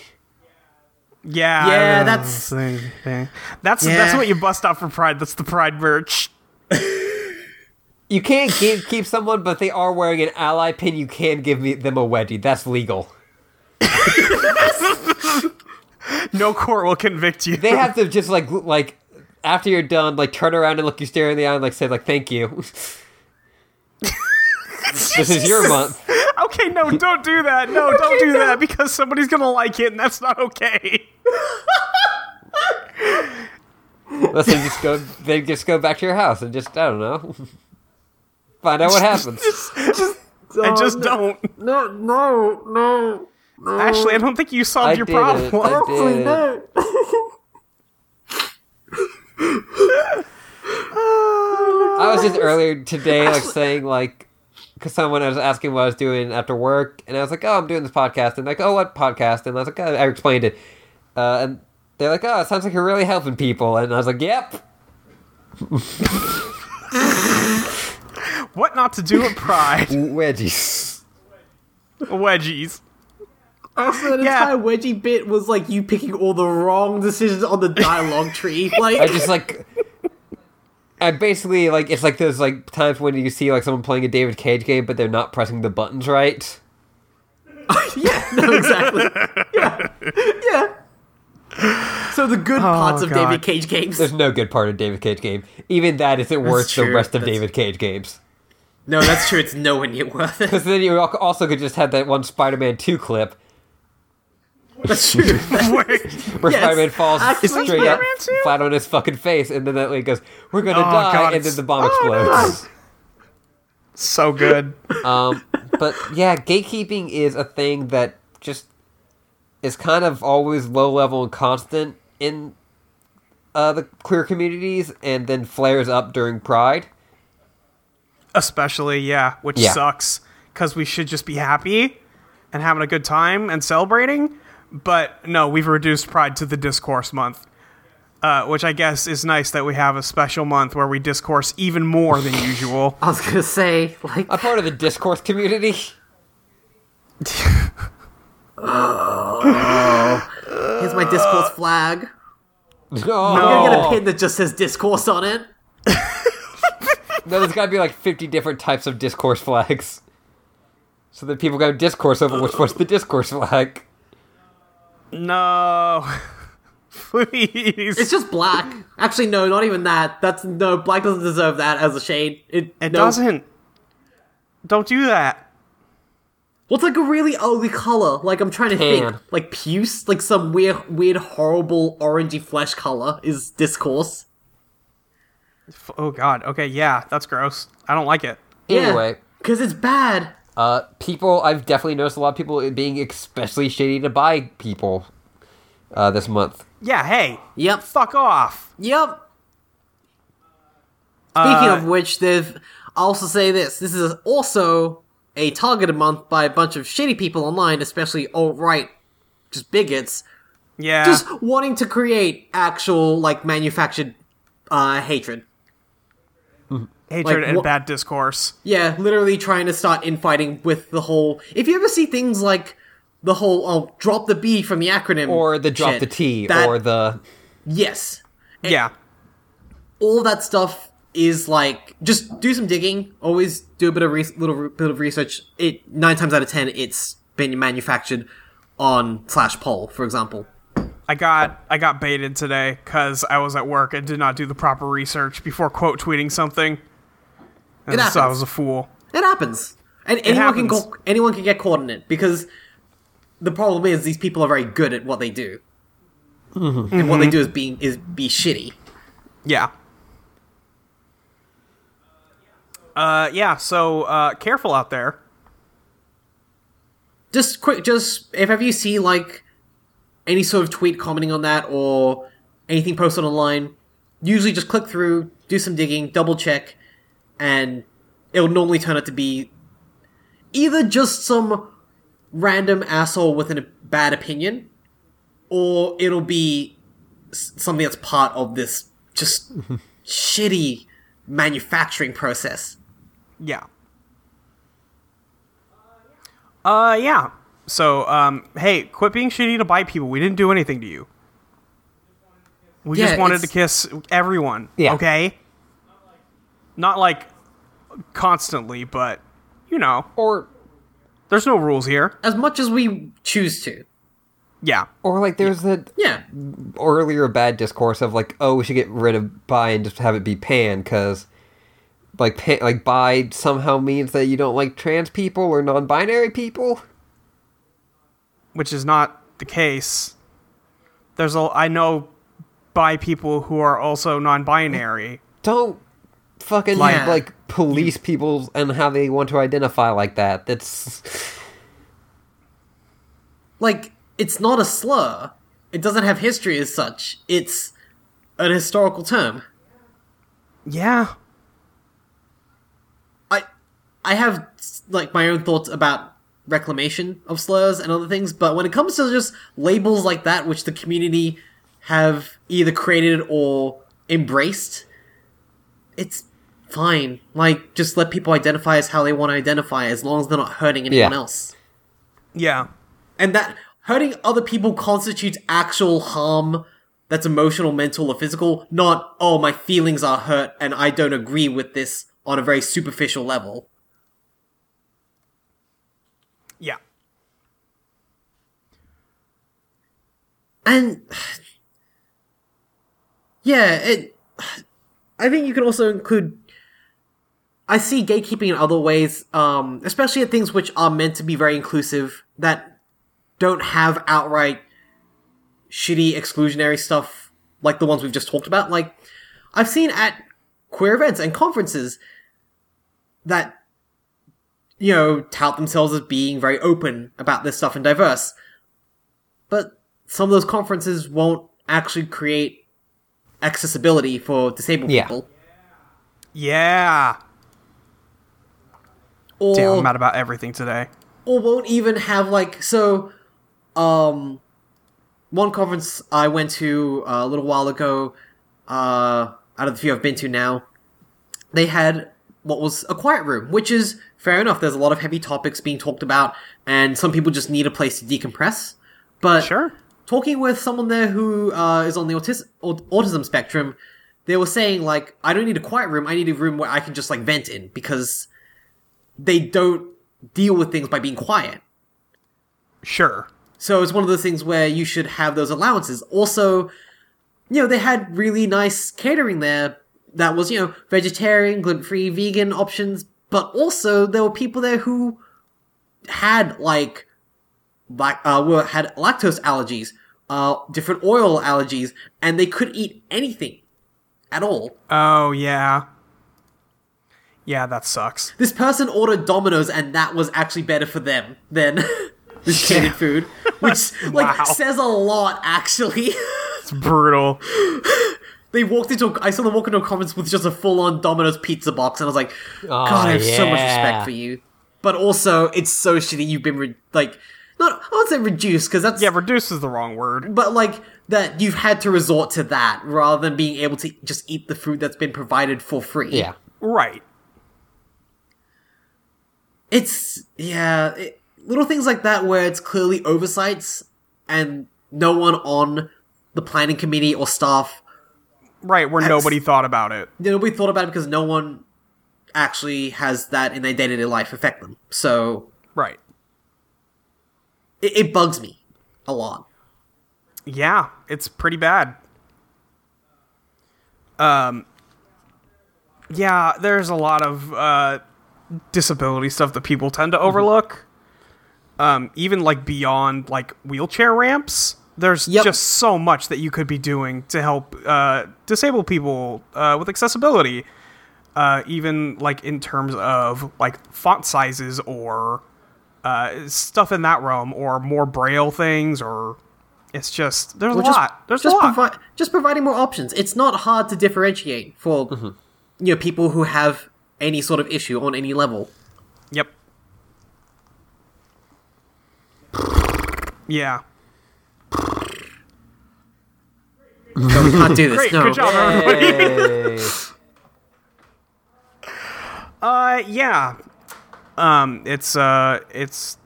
B: Yeah,
C: Yeah,
B: I-
C: that's-
B: thing- thing. that's that's
C: Yeah.
B: what you bust out for Pride. That's the Pride merch.
A: You can't give, keep someone, but they are wearing an ally pin. You can give me, them a wedgie. That's legal.
B: No court will convict you.
A: They have to just like l- like after you're done, like turn around and look you stare in the eye and like say like thank you. this is your month.
B: Okay, no, don't do that. No, don't do that because somebody's gonna like it, and that's not okay.
A: Listen, just go. Then just go back to your house and just I don't know. Find out what happens.
B: I just don't.
C: No, no, no.
B: Ashley, I don't think you solved
A: I
B: your
A: did it.
B: problem.
A: I did it.
B: Oh,
A: I was just earlier today, like saying like, because someone was asking what I was doing after work, and I was like, "Oh, I'm doing this podcast," and like, "Oh, what podcast?" And I was like, oh, "I explained it," uh, and they're like, "Oh, it sounds like you're really helping people," and I was like, "Yep."
B: What not to do at Pride?
A: Wedgies.
B: Wedgies.
C: Also, that
B: Yeah.
C: entire wedgie bit was like you picking all the wrong decisions on the dialogue tree. Like,
A: I just like. I basically like it's like those like times when you see like someone playing a David Cage game, but they're not pressing the buttons right.
C: yeah, no, exactly. Yeah, yeah. So the
A: Oh,
C: good parts of
B: God.
C: David Cage games.
A: There's no good part of David Cage game. Even that isn't worth the
C: true.
A: rest of
C: That's-
A: David Cage games.
C: No, that's true. It's nowhere near worth it.
A: Because then you al- also could just have that one Spider-Man two clip
C: That's true.
B: Wait.
A: where
C: Yes.
A: Spider-Man falls
C: Actually,
A: straight up
B: Spider-Man 2?
A: flat on his fucking face, and then that lady goes, "We're gonna
B: Oh,
A: die,"
B: God,
A: and then
B: it's-
A: the bomb
B: Oh,
A: explodes.
B: So good.
A: um, but yeah, gatekeeping is a thing that just is kind of always low level and constant in uh, the queer communities, and then flares up during Pride.
B: Especially, yeah, which
A: Yeah.
B: sucks because we should just be happy and having a good time and celebrating. But no, we've reduced Pride to the discourse month, uh, which I guess is nice that we have a special month where we discourse even more than usual.
C: I was gonna say, like,
A: I'm part of the discourse community.
C: here's my discourse flag.
A: Oh,
C: I'm gonna get a pin that just says discourse on it.
A: No, there's got to be like 50 different types of discourse flags. So that people go discourse over which one's the discourse flag.
B: No. Please.
C: It's just black. Actually, no, not even that. That's no black doesn't deserve that as a shade. It,
B: it
C: no.
B: doesn't. Don't do that.
C: What's like a really ugly color? Like I'm trying to
A: Tan.
C: think. Like puce, like some weird, weird, horrible orangey flesh color is discourse.
B: F- Oh, God. Okay, yeah, that's gross. I don't like it.
A: Anyway,
C: because it's bad.
A: uh, people, I've definitely noticed a lot of people being especially shitty to bi people uh, this month.
B: Yeah, hey.
C: Yep.
B: Fuck off.
C: Yep. Speaking of which, they've. I'll also say this. This is also a targeted month by a bunch of shitty people online, especially alt right, just bigots,
B: Yeah.
C: just wanting to create actual like manufactured uh, hatred.
B: hatred
C: Like,
B: and
C: wha-
B: bad discourse.
C: Yeah, literally trying to start infighting with the whole. If you ever see things like the whole "oh, drop the B" from the acronym,
A: Or the drop
C: shit,
A: the T,
C: that-
A: or the.
C: yes,
B: yeah.
C: all that stuff is like just do some digging. Always do a bit of re- little re- bit of research. It nine times out of ten, it's been manufactured on slash poll, for example.
B: I got I got baited today because I was at work and did not do the proper research before quote tweeting something. And so I
C: happens.
B: was a fool.
C: It happens, and anyone can
B: happens.
C: go, anyone can get caught in it because the problem is these people are very good at what they do, and what they do is being is be shitty.
B: Yeah. Uh, yeah, so uh, careful out there.
C: just quick just if ever you see like any sort of tweet commenting on that or anything posted online usually just click through do some digging double check and it'll normally turn out to be either just some random asshole with a bad opinion or it'll be s- something that's part of this just shitty manufacturing process
B: Yeah. Uh, yeah. So, um, hey, quit being shitty to bite people. We didn't do anything to you. We
C: Yeah,
B: just wanted to
C: it's-
B: kiss everyone.
A: Yeah.
B: Okay? Not like constantly, but, you know,
A: Or,
B: there's no rules here.
C: as much as we choose to
B: Yeah.
A: or like there's the
C: yeah
A: earlier bad discourse of like, oh, we should get rid of bi and just have it be pan because like pan, like bi somehow means that you don't like trans people or non-binary people.
B: Which is not the case. There's a, I know by people who are also non binary.
A: Don't fucking
C: Like- Yeah.
A: like police people and how they want to identify like that. That's
C: like it's not a slur. It doesn't have history as such. It's an historical term.
B: Yeah.
C: I have like my own thoughts about reclamation of slurs and other things, but when it comes to just labels like that, which the community have either created or embraced, it's fine. Like, just let people identify as how they want to identify, as long as they're not hurting anyone
A: Yeah.
C: else.
B: Yeah.
C: And that hurting other people constitutes actual harm that's emotional, mental, or physical, not, oh, my feelings are hurt and I don't agree with this on a very superficial level.
B: Yeah.
C: And yeah, it. I think you can also include. I see gatekeeping in other ways, um, especially at things which are meant to be very inclusive that don't have outright shitty exclusionary stuff like the ones we've just talked about. Like I've seen at queer events and conferences that you know tout themselves as being very open about this stuff and diverse, but some of those conferences won't actually create accessibility for disabled
A: Yeah.
C: people.
B: Yeah.
C: Or,
B: Damn, I'm mad about everything today.
C: or won't even have like so um one conference i went to uh, a little while ago uh out of the few i've been to now they had what was a quiet room which is fair enough there's a lot of heavy topics being talked about and some people just need a place to decompress but
B: Sure.
C: talking with someone there who uh, is on the autis- aut- autism spectrum, they were saying like, I don't need a quiet room. I need a room where I can just like vent in because they don't deal with things by being quiet.
B: Sure.
C: So it's one of those things where you should have those allowances. Also, you know, they had really nice catering there that was, you know, vegetarian, gluten free, vegan options, but also there were people there who had like, like uh, were, had lactose allergies, uh, different oil allergies, and they could eat anything at all.
B: Oh, yeah. Yeah, that sucks.
C: This person ordered Domino's, and that was actually better for them than this catered food, which like
B: Wow.
C: says a lot actually.
B: It's brutal.
C: They walked into. A, I saw them walk into a conference with just a full-on Domino's pizza box, and I was like, "God, I have so much
A: Ah, yeah.
C: respect for you." But also, it's so shitty you've been re- like, not I would say reduced because that's
B: Yeah, reduce is the wrong word.
C: but like that you've had to resort to that rather than being able to just eat the food that's been provided for free.
A: Yeah.
B: Right.
C: it's yeah, it, little things like that where it's clearly oversights and no one on the planning committee or staff
B: Right, where nobody thought about it.
C: nobody thought about it because no one actually has that in their day to day life affect them. So
B: Right.
C: it, it bugs me a lot.
B: Yeah, it's pretty bad. Um Yeah, there's a lot of uh disability stuff that people tend to overlook. Um even like beyond like wheelchair ramps, there's
C: Yep.
B: just so much that you could be doing to help uh disabled people uh with accessibility. Uh even like in terms of like font sizes or uh stuff in that realm or more braille things or it's just there's a
C: just,
B: lot. There's
C: just
B: a lot.
C: provi- just providing more options. It's not hard to differentiate for
B: Mm-hmm.
C: you know people who have any sort of issue on any level.
B: Yep. Yeah.
C: So we can't do this.
B: Great.
C: no.
B: Good job, everybody.
A: Yay.
B: Uh, yeah. Um, it's uh, it's.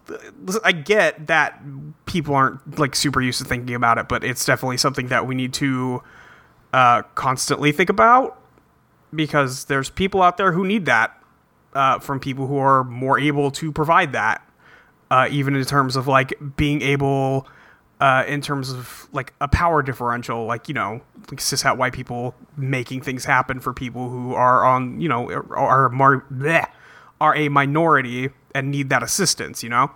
B: I get that people aren't like super used to thinking about it, but it's definitely something that we need to uh, constantly think about because there's people out there who need that uh, from people who are more able to provide that, uh, even in terms of like being able. Uh, in terms of like a power differential, like you know, like cishet white people making things happen for people who are on, you know, are are, mar- bleh, are a minority and need that assistance, you know.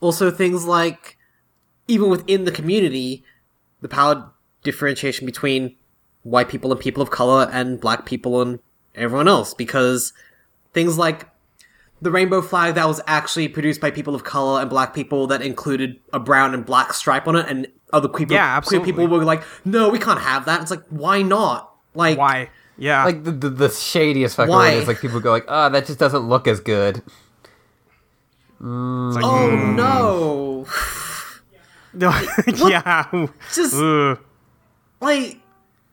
C: also things like even within the community the power differentiation between white people and people of color and black people and everyone else because things like the rainbow flag that was actually produced by people of color and black people that included a brown and black stripe on it and other queer,
B: Yeah,
C: queer people
B: absolutely.
C: were like no we can't have that it's like why not like
B: Why? Yeah.
A: Like the the, the shadiest fucking
C: Why?
A: one is like people go like, oh, that just doesn't look as good.
B: It's like,
C: Oh no!
B: yeah.
C: Just
B: Ugh.
C: like,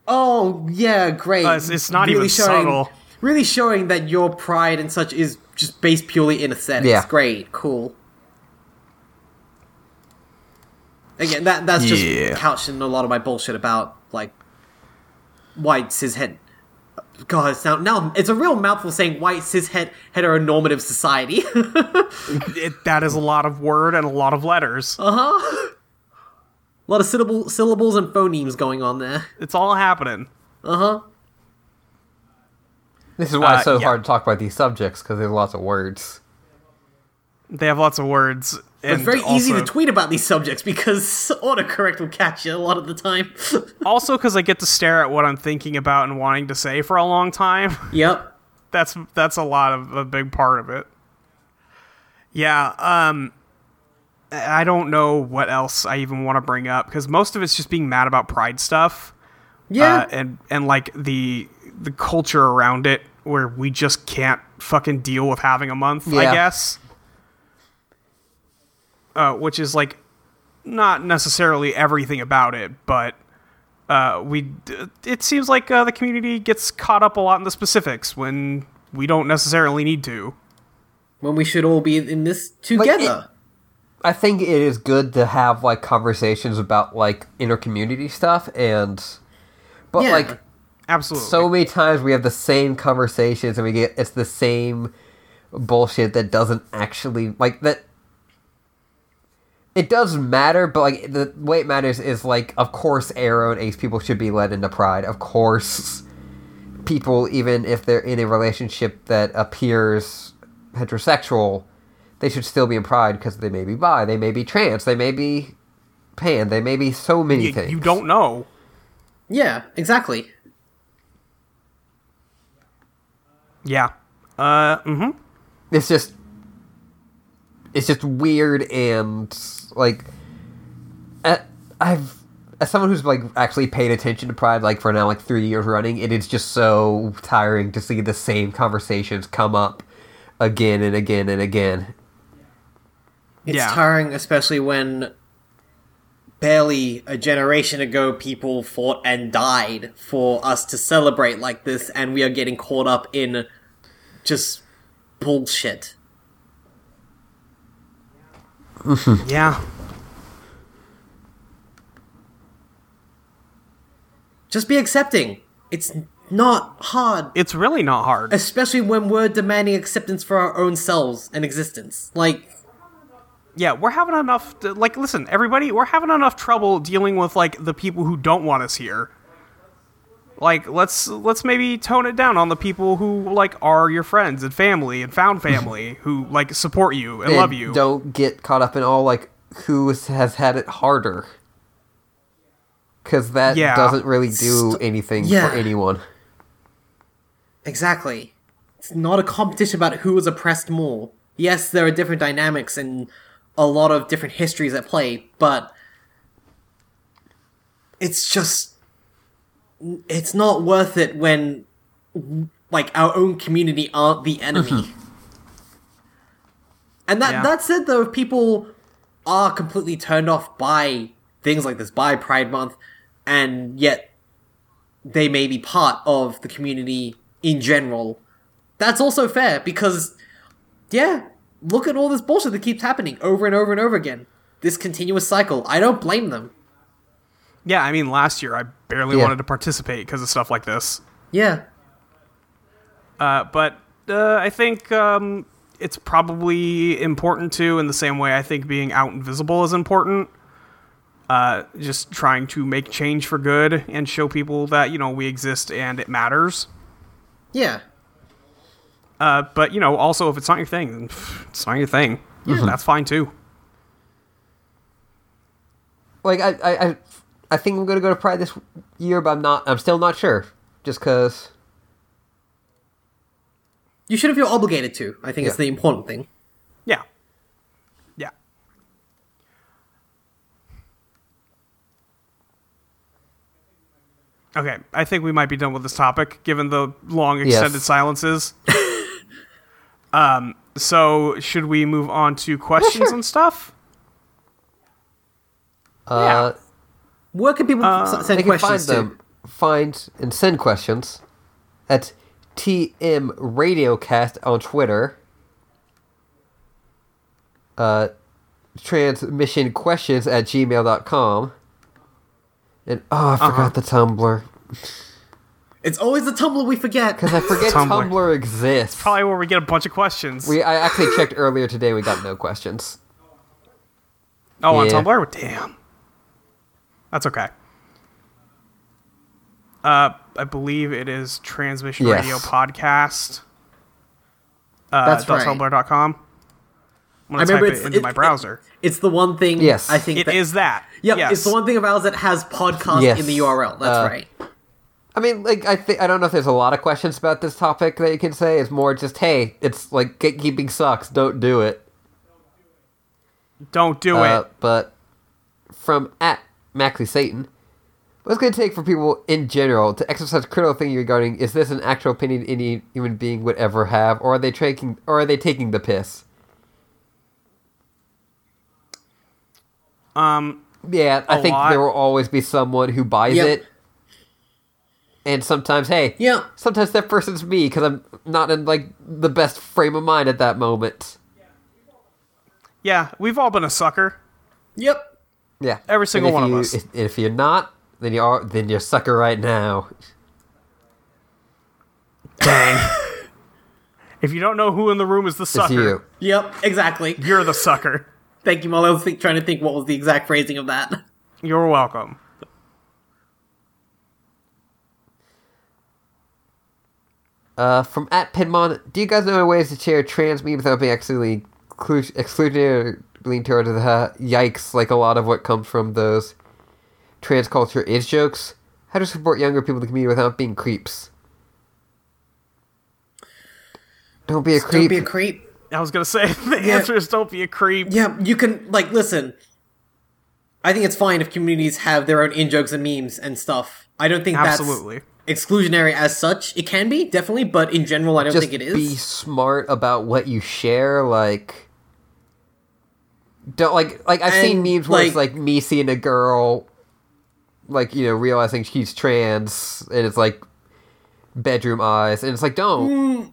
C: oh yeah, great.
B: Uh, it's- it's not even subtle.
C: Really showing that your pride and such is just based purely in aesthetics.
A: Yeah.
C: Great, cool. Again, that that's just
B: Yeah.
C: couched in a lot of my bullshit about like white cis het. God, it's now now it's a real mouthful saying white cis het heteronormative society.
B: It, that is a lot of word and a lot of letters.
C: Uh. a lot of syllable, syllables and phonemes going on there.
B: It's all happening.
C: Uh huh.
A: This is why
B: Uh,
A: it's so
B: yeah.
A: hard to talk about these subjects because there's lots of words.
B: They have lots of words. And
C: It's very easy to
B: also-
C: tweet about these subjects because autocorrect will catch you a lot of the time.
B: Also, because I get to stare at what I'm thinking about and wanting to say for a long time.
C: yep.
B: that's that's a lot of a big part of it. Yeah, um I don't know what else I even want to bring up because most of it's just being mad about pride stuff
C: Yeah.
B: uh, and and like the the culture around it where we just can't fucking deal with having a month, I
A: Yeah.
B: guess. Uh, which is like not necessarily everything about it, but uh, we d- it seems like uh, the community gets caught up a lot in the specifics when we don't necessarily need to.
C: when we should all be in this together.
A: I think it is good to have like conversations about like inner community stuff and, but
C: Yeah.
A: like
B: Absolutely.
A: so many times we have the same conversations and we get it's the same bullshit that doesn't actually like that it does matter but like the way it matters is like of course arrow and ace people should be led into pride of course people even if they're in a relationship that appears heterosexual they should still be in pride because they may be bi they may be trans they may be pan they may be so many
B: you,
A: things
B: you don't know.
C: yeah, exactly.
B: Yeah. Uh, hmm
A: it's just it's just weird and like I, i've as someone who's like actually paid attention to pride like for now like three years running it is just so tiring to see the same conversations come up again and again and again
C: It's
B: Yeah.
C: tiring, especially when barely a generation ago people fought and died for us to celebrate like this, and we are getting caught up in just bullshit.
B: Yeah.
C: Just be accepting. It's not hard.
B: It's really not hard.
C: especially when we're demanding acceptance for our own selves and existence. Like,
B: yeah, we're having enough. To, like, listen, everybody, we're having enough trouble dealing with like the people who don't want us here. Like, let's let's maybe tone it down on the people who like are your friends and family and found family who like support you and,
A: And
B: love you.
A: don't get caught up in all like who is- has had it harder because that
B: Yeah.
A: doesn't really do anything
C: yeah.
A: for anyone
C: exactly. It's not a competition about who was oppressed more. Yes, there are different dynamics and a lot of different histories at play, but it's just. It's not worth it when, like, our own community aren't the enemy. and that,
B: Yeah.
C: that said, though, if people are completely turned off by things like this, by Pride Month, and yet they may be part of the community in general. That's also fair because, yeah, look at all this bullshit that keeps happening over and over and over again. This continuous cycle. I don't blame them.
B: Yeah, I mean, last year I barely
A: Yeah.
B: wanted to participate because of stuff like this.
C: Yeah.
B: Uh, but uh, I think um, it's probably important too, in the same way I think being out and visible is important. Uh, just trying to make change for good and show people that you know we exist and it matters.
C: Yeah.
B: Uh, but you know, also if it's not your thing, then pff, it's not your thing. That's fine too.
A: like I, I, I, I think I'm gonna go to Pride this year, but I'm not. I'm still not sure, just because.
C: You should if you're obligated to, I think is
A: Yeah.
C: the important thing.
B: Yeah, yeah. Okay, I think we might be done with this topic, given the long extended
A: Yes.
B: silences. um, so should we move on to questions
A: sure.
B: and stuff?
A: Uh,
C: Where can people
B: Uh,
C: s-
A: they
C: send
A: can find
C: questions to?
A: them. Find and send questions at TM Radiocast on Twitter. Uh, transmission questions at gmail.com. And oh, I forgot the Tumblr.
C: It's always the Tumblr we forget.
A: Because I forget
B: Tumblr.
A: Tumblr. exists.
B: Probably where we get a bunch of questions.
A: We, I actually checked earlier today. We got no questions.
B: oh, on
A: yeah.
B: Tumblr? Damn. That's okay. Uh, I believe it is Transmission
A: Yes.
B: Radio Podcast. Uh,
C: That's
B: dot
C: right.
B: Tumblr.com. I'm
C: I
B: going to type
C: remember
B: it
C: it's
B: into
C: it-
B: my browser.
C: It's the one thing.
A: Yes.
C: I think
B: It is
C: that,
B: that.
C: Yep,
B: yes.
C: it's the one thing about us that has podcast
A: Yes.
C: in the URL. That's
A: Uh,
C: right.
A: I mean, like, I think I don't know if there's a lot of questions about this topic that you can say. It's more just, hey, it's like gatekeeping sucks. Don't do it.
B: Don't do
A: Uh,
B: it.
A: but from at Maxley Satan, what's going to take for people in general to exercise critical thinking regarding is this an actual opinion any human being would ever have, or are they taking, or are they taking the piss? Um. Yeah, I
B: a
A: think
B: lot.
A: there will always be someone who buys
C: Yep.
A: it, and sometimes, hey,
C: Yeah.
A: sometimes that person's me because I'm not in like the best frame of mind at that moment.
B: Yeah, we've all been a sucker.
C: Yep.
A: Yeah,
B: Every single
A: And if
B: one of
A: you-
B: us.
A: If, if you're not, then you are. Then you're a sucker right now.
B: Dang. if you don't know who in the room is the
A: It's
B: sucker,
A: you.
C: Yep. Exactly.
B: are the sucker.
C: Thank you, Molly. I was think, trying to think what was the exact phrasing of that.
B: You're welcome.
A: Uh, from at Pinmon, do you guys know any ways to share trans memes without being actually exclu- excluded or lean towards the uh, yikes? Like a lot of what comes from those trans culture is jokes. How to support younger people in the community without being creeps? Don't be a creep.
C: creep.
B: I was gonna say the
C: Yeah.
B: answer is don't be a creep.
C: Yeah, you can like listen. I think it's fine if communities have their own in jokes and memes and stuff. I don't think
B: Absolutely.
C: that's exclusionary as such. It can be definitely, but in general, I don't
A: just
C: think it is.
A: be smart about what you share like don't like like i've seen
C: And,
A: memes where it's
C: like-
A: like me seeing a girl like you know realizing she's trans and it's like bedroom eyes and it's like don't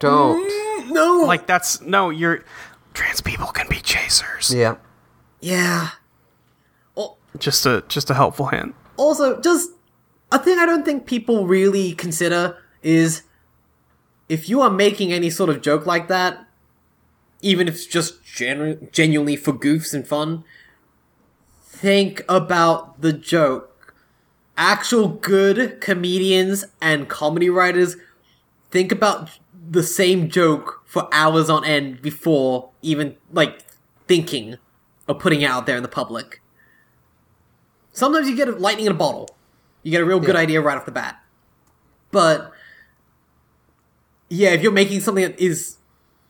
A: don't
C: Mm. no,
B: Like that's no, you're trans people can be chasers.
A: yeah
C: yeah. Al-
B: Just a just a helpful hint.
C: Also, just a thing I don't think people really consider is if you are making any sort of joke like that, even if it's just genu- genuinely for goofs and fun, think about the joke. Actual good comedians and comedy writers think about the same joke for hours on end before even like thinking of putting it out there in the public. Sometimes you get a lightning in a bottle. You get a real good
A: Yeah.
C: idea right off the bat. But yeah, if you're making something that is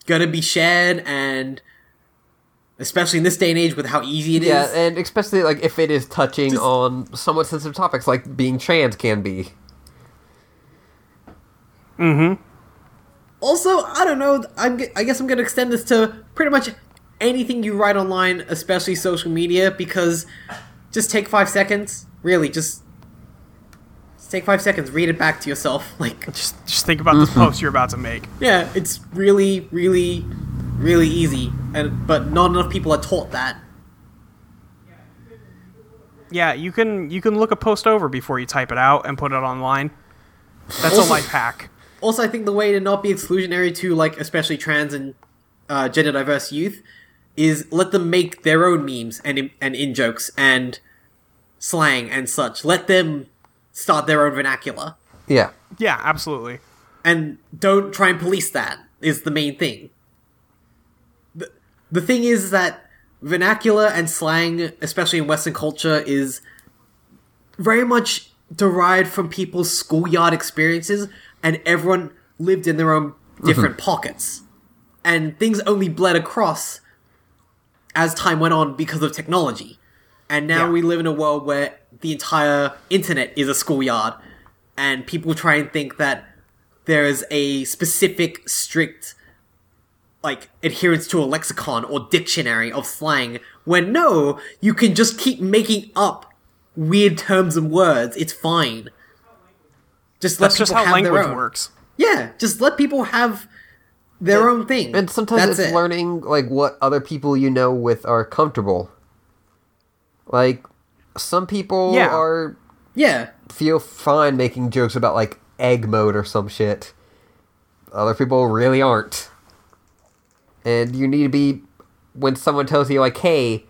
C: gonna be shared and especially in this day and age with how easy it is.
A: yeah and especially like if it is touching
C: Just-
A: on somewhat sensitive topics like being trans can be
C: also, I don't know. I'm, g- I guess I'm going to extend this to pretty much anything you write online, especially social media, because just take five seconds. Really, just, just take five seconds. Read it back to yourself. Like,
B: Just just think about this post you're about to make.
C: yeah, it's really, really, really easy, and but not enough people are taught that.
B: Yeah, you can you can look a post over before you type it out and put it online. That's a life hack.
C: also i think the way to not be exclusionary to like especially trans and uh, gender diverse youth is let them make their own memes and and in jokes and slang and such let them start their own vernacular
A: yeah
B: Yeah, absolutely.
C: and don't try and police that is the main thing the, the thing is that vernacular and slang especially in western culture is very much derived from people's schoolyard experiences and everyone lived in their own different pockets and things only bled across as time went on because of technology and now
B: Yeah.
C: we live in a world where the entire internet is a schoolyard, and people try and think that there is a specific, strict, like adherence to a lexicon or dictionary of slang. When no, you can just keep making up weird terms and words. It's fine. Just let
B: That's
C: people
B: just how
C: have their
B: language
C: own.
B: works.
C: Yeah, just let people have their own thing.
A: And sometimes
C: That's
A: it's
C: it.
A: learning like what other people you know with are comfortable. Like some people
B: Yeah.
A: are
C: Yeah,
A: feel fine making jokes about like egg mode or some shit. Other people really aren't. And you need to be when someone tells you like, "Hey,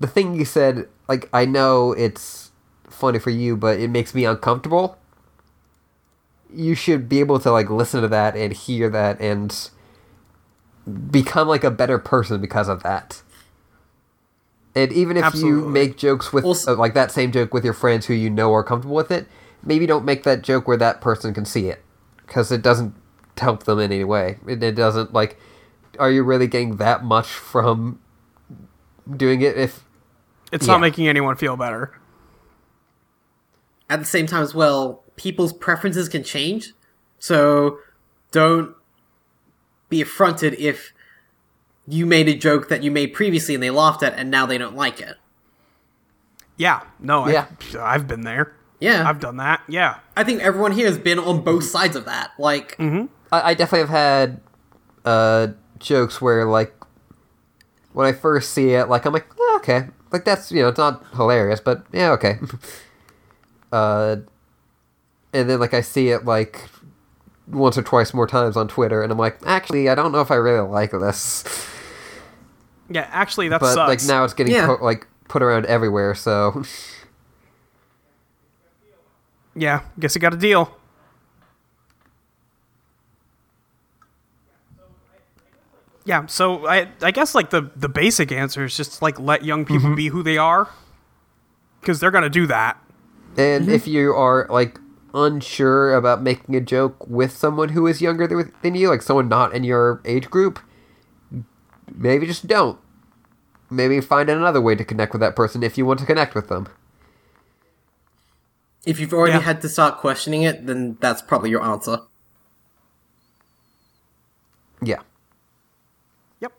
A: the thing you said, like I know it's funny for you, but it makes me uncomfortable." You should be able to like listen to that and hear that and become like a better person because of that. And even if you
B: Absolutely.
A: make jokes with
C: Also-
A: uh, like that same joke with your friends who you know are comfortable with it, maybe don't make that joke where that person can see it because it doesn't help them in any way. It, it doesn't like. Are you really getting that much from doing it? If
B: It's
A: Yeah.
B: not making anyone feel better.
C: at the same time as well, people's preferences can change. So don't be affronted if you made a joke that you made previously and they laughed at and now they don't like it.
B: Yeah, no,
A: Yeah.
B: I, I've been there.
C: Yeah.
B: I've done that. Yeah,
C: i think everyone here has been on both sides of that. Like,
A: I, I definitely have had uh, jokes where like when I first see it, like I'm like, "Yeah, okay, like that's you know, it's not hilarious, but yeah, okay. uh, and then like I see it like once or twice more times on Twitter, and I'm like, actually, I don't know if I really like this,
B: yeah. Actually, that
A: but
B: sucks.
A: like now it's getting
C: Yeah.
A: po- like put around everywhere, so
B: Yeah, guess I got a deal. Yeah, so I I guess like the the basic answer is just like let young people be who they are cuz they're going to do that.
A: And
B: Mm-hmm.
A: if you are like unsure about making a joke with someone who is younger th- than you, like someone not in your age group, maybe just don't. Maybe find another way to connect with that person if you want to connect with them.
C: if you've already
B: Yeah.
C: had to start questioning it, then that's probably your answer.
A: Yeah.
B: Yep.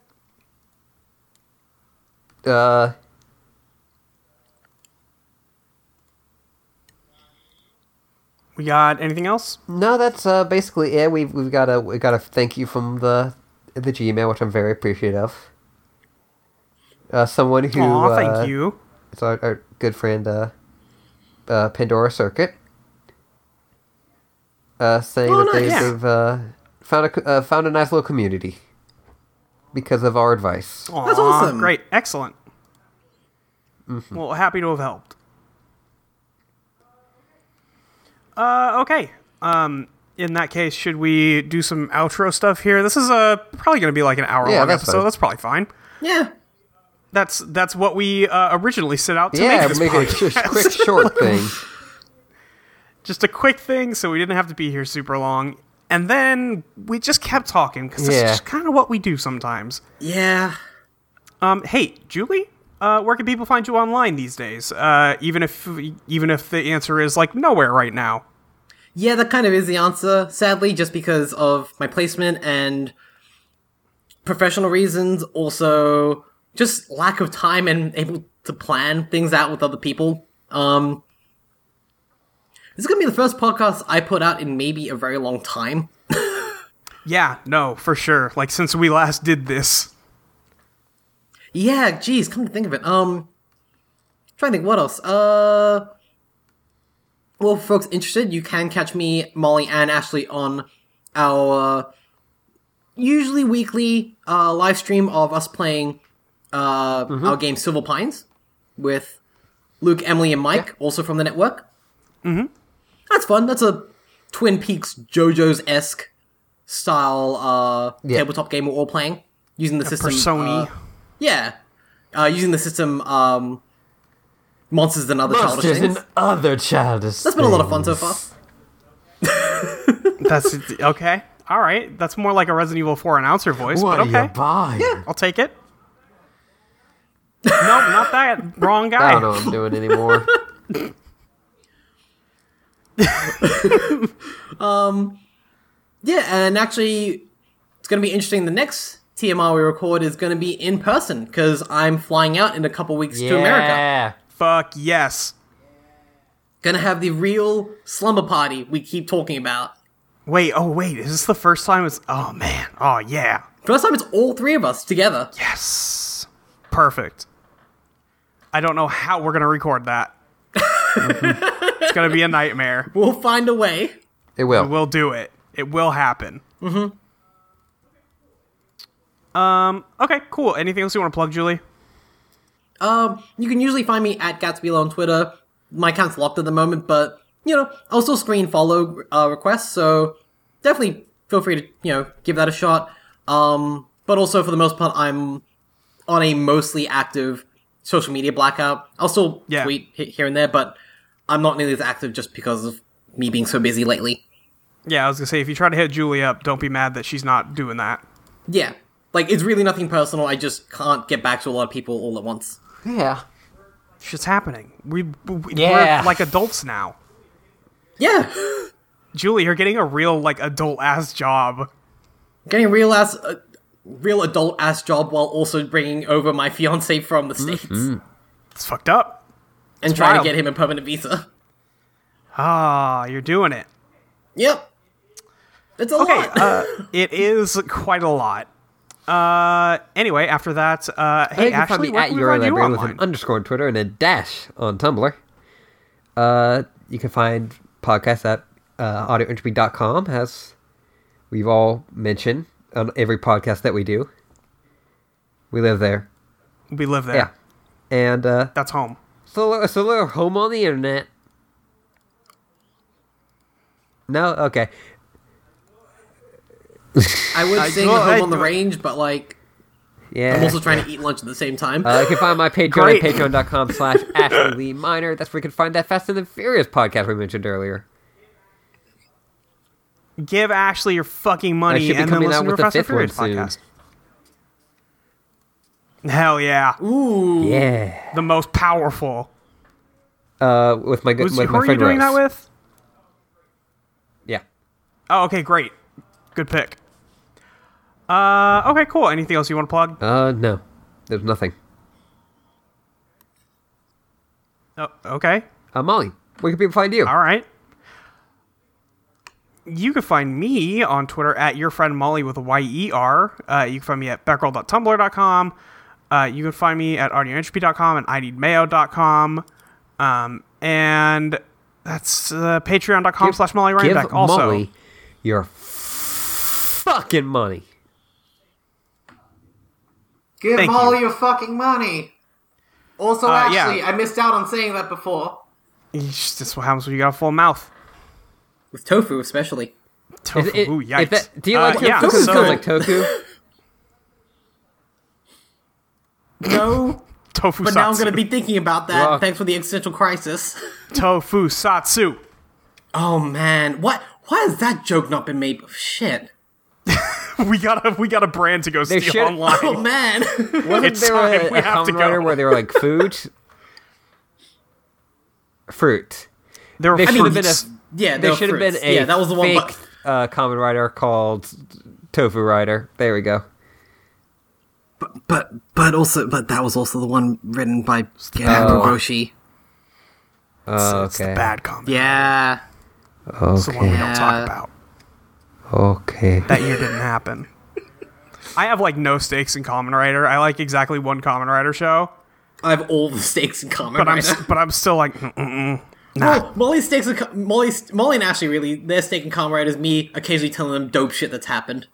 A: Uh.
B: We got anything else?
A: No, that's uh, basically it. We've we've got a we got a thank you from the the Gmail, which I'm very appreciative. of. Uh, someone who
B: Aw,
A: uh,
B: thank you.
A: It's our, our good friend, uh, uh, Pandora Circuit, uh, saying
C: Oh,
A: that they,
B: nice.
A: they've uh, found a co- uh, found a nice little community because of our advice.
B: Aw,
C: That's awesome.
B: Great. Excellent.
A: Mm-hmm.
B: Well, happy to have helped. Uh, okay. Um, in that case, should we do some outro stuff here? This is uh, probably going to be like an hour
A: Yeah,
B: long
A: that's
B: episode.
A: fine.
B: That's probably fine.
C: Yeah.
B: That's that's what we uh, originally set out to
A: yeah,
B: make this
A: make it
B: podcast.
A: just quick, short thing.
B: Just a quick thing, so we didn't have to be here super long. And then we just kept talking because
A: Yeah.
B: that's just kind of what we do sometimes.
C: Yeah.
B: Um, hey, Julie, uh, where can people find you online these days? Uh, even if even if the answer is like nowhere right now.
C: Yeah, that kind of is the answer, sadly, just because of my placement and professional reasons, also just lack of time and able to plan things out with other people. Um, this is gonna be the first podcast I put out in maybe a very long time.
B: Yeah, no, for sure. Like since we last did this.
C: Yeah, geez, come to think of it. Um trying to think what else. Uh Well, for folks interested, you can catch me, Molly and Ashley on our uh, usually weekly uh live stream of us playing uh our game Civil Pines with Luke, Emily, and Mike, also from the network. Mm-hmm. That's fun. That's a Twin Peaks JoJo's esque style uh
A: Yeah.
C: tabletop game we're all playing using the system
B: Persony.
C: uh, yeah. Uh, using the system um, Monsters and Other Childish
A: Monsters
C: Things.
A: and other childish.
C: That's been a lot of fun so far.
B: that's okay. All right, that's more like a Resident Evil 4 announcer voice,
A: What
B: but
A: are you
B: okay.
A: buying?
B: I'll take it. nope, not that. Wrong
A: I
B: guy.
A: don't know what I'm doing anymore.
C: Yeah, and actually, it's going to be interesting. The next TMR we record is going to be in person because I'm flying out in a couple weeks to America.
A: yeah.
B: Fuck yes.
C: Gonna have the real slumber party we keep talking about.
B: Wait, oh wait, is this the first time it's oh man. Oh yeah.
C: First time it's all three of us together.
B: Yes. Perfect. I don't know how we're gonna record that. it's gonna be a nightmare.
C: We'll find a way.
A: It will.
B: We'll do it. It will happen. Mm-hmm. Um, okay, cool. Anything else you want to plug, Julie?
C: Um, you can usually find me at Gatsbylo on Twitter. My account's locked at the moment, but you know I'll still screen follow uh, requests, so definitely feel free to you know give that a shot. Um, but also for the most part, I'm on a mostly active social media blackout. I'll still
B: Yeah.
C: tweet he- here and there, but I'm not nearly as active just because of me being so busy lately.
B: Yeah, I was gonna say if you try to hit Julie up, don't be mad that she's not doing that.
C: Yeah, like it's really nothing personal. I just can't get back to a lot of people all at once.
A: yeah.
B: Shit's happening. We, we
A: Yeah.
B: we're like adults now.
C: Yeah.
B: Julie, you're getting a real like adult ass job.
C: getting a real ass, uh, real adult ass job while also bringing over my fiance from the states
B: Mm-hmm. It's fucked up.
C: and trying
B: wild.
C: to get him a permanent visa.
B: Ah, you're doing it.
C: Yep, it's a
B: Okay,
C: lot.
B: uh, it is quite a lot. Uh, anyway, after that, uh,
A: Hey,
B: hey
A: you can
B: Ashley,
A: find me
B: where
A: at
B: can we find you
A: Eurolibrary with
B: online?
A: an underscore on Twitter and a dash on Tumblr. Uh, you can find podcasts at uh, audioentropy.com, as we've all mentioned on every podcast that we do. We live there.
B: we live there.
A: Yeah. And uh,
B: That's home.
A: so, so little home on the internet. No? Okay.
C: I would sing
B: well,
C: "Home
B: I-
C: on the Range," but like
A: Yeah.
C: I'm also trying to eat lunch at the same time.
A: Uh, you can find my Patreon
B: Great.
A: at patreon.com slash Ashley Lee Minor. That's where you can find that Fast and the Furious podcast we mentioned earlier.
B: Give Ashley your fucking money
A: should be
B: and then
A: coming out
B: listen to
A: with the
B: the Fast and
A: fifth one
B: Furious podcast. Hell yeah,
C: Ooh,
A: Yeah.
B: the most powerful.
A: Uh, with my good,
B: Was,
A: with
B: who
A: my
B: are you
A: friend
B: doing
A: Rose.
B: that with?
A: Yeah.
B: Oh, okay, great, good pick. Uh, okay, cool. Anything else you want to plug?
A: Uh, no. There's nothing.
B: Oh, okay.
A: Uh, Molly, where can people find you?
B: All right. You can find me on Twitter at your friend Molly with a Y E R. Uh, you can find me at beckerel.tumblr.com. Uh, you can find me at audioentropy.com and ineedmayo.com. Um, and that's uh, patreon.com slash Molly
A: Give
B: Rhinebeck. Also,
A: Molly your fucking money.
C: give
B: Thank all you.
C: your fucking money. Also,
B: Uh, yeah.
C: actually, I missed out on saying that before
B: Yeesh, this is what happens when you got a full mouth.
C: with tofu, especially.
B: Tofu,
A: It-
B: ooh,
A: if
B: yikes.
A: that- do you
B: Uh,
A: like
B: yeah,
A: tofu?
C: so-
A: Sounds like tofu.
C: No,
B: tofu
C: but
B: satsu.
C: now I'm gonna be thinking about that.
A: Rock.
C: Thanks for the existential crisis.
B: tofu satsu.
C: Oh man, what? Why has that joke not been made? Shit.
B: We got a we got a brand to go steal
A: should-
B: online.
C: Oh man.
A: Wasn't
B: It's
A: there
B: time.
A: a,
B: We
A: a
B: have to
A: Kamen Rider
B: go.
A: where they were like food? Fruit.
B: There were
A: There should have been
B: fruits.
A: a
C: yeah,
A: There
C: were
A: should have been
C: fruits.
A: a
C: yeah. That was the one.
A: fake
C: but-
A: uh, common rider called Tofu Rider. There we go.
C: but but also but that was also the one written by Genhan
A: Oh.
C: Rogoshi.
A: Oh,
B: It's the
A: okay.
B: bad comment.
C: Yeah.
B: It's the one we
A: Okay.
B: don't talk
C: Yeah.
B: about.
A: Okay.
B: That year didn't happen. I have like no stakes in Common Rider. I like exactly one Common Rider show,
C: I have all the stakes in common.
B: but I'm
C: right
B: s- but I'm still like, mm, mm, mm.
C: now. Well, Molly's stakes in co- Molly's Molly and Ashley really their stake in common right is me occasionally telling them dope shit that's happened.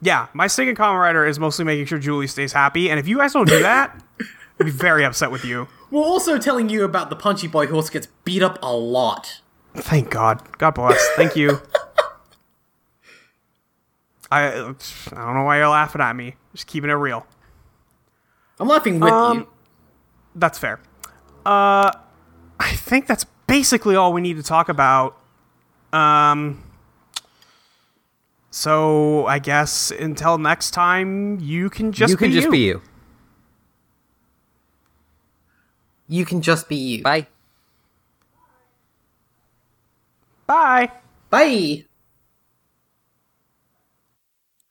B: yeah. My stake in Common Rider is mostly making sure Julie stays happy, and if you guys don't do that, I'll be very upset with you.
C: We're also telling you about the punchy boy who also gets beat up a lot.
B: Thank God. God bless. Thank you. I I don't know why you're laughing at me. Just keeping it real.
C: I'm laughing with you.
B: That's fair. Uh, I think that's basically all we need to talk about. Um, so I guess until next time, you can just
A: you can
B: be
A: just
B: you.
A: be you.
C: You can just be you.
A: Bye.
B: Bye.
C: Bye.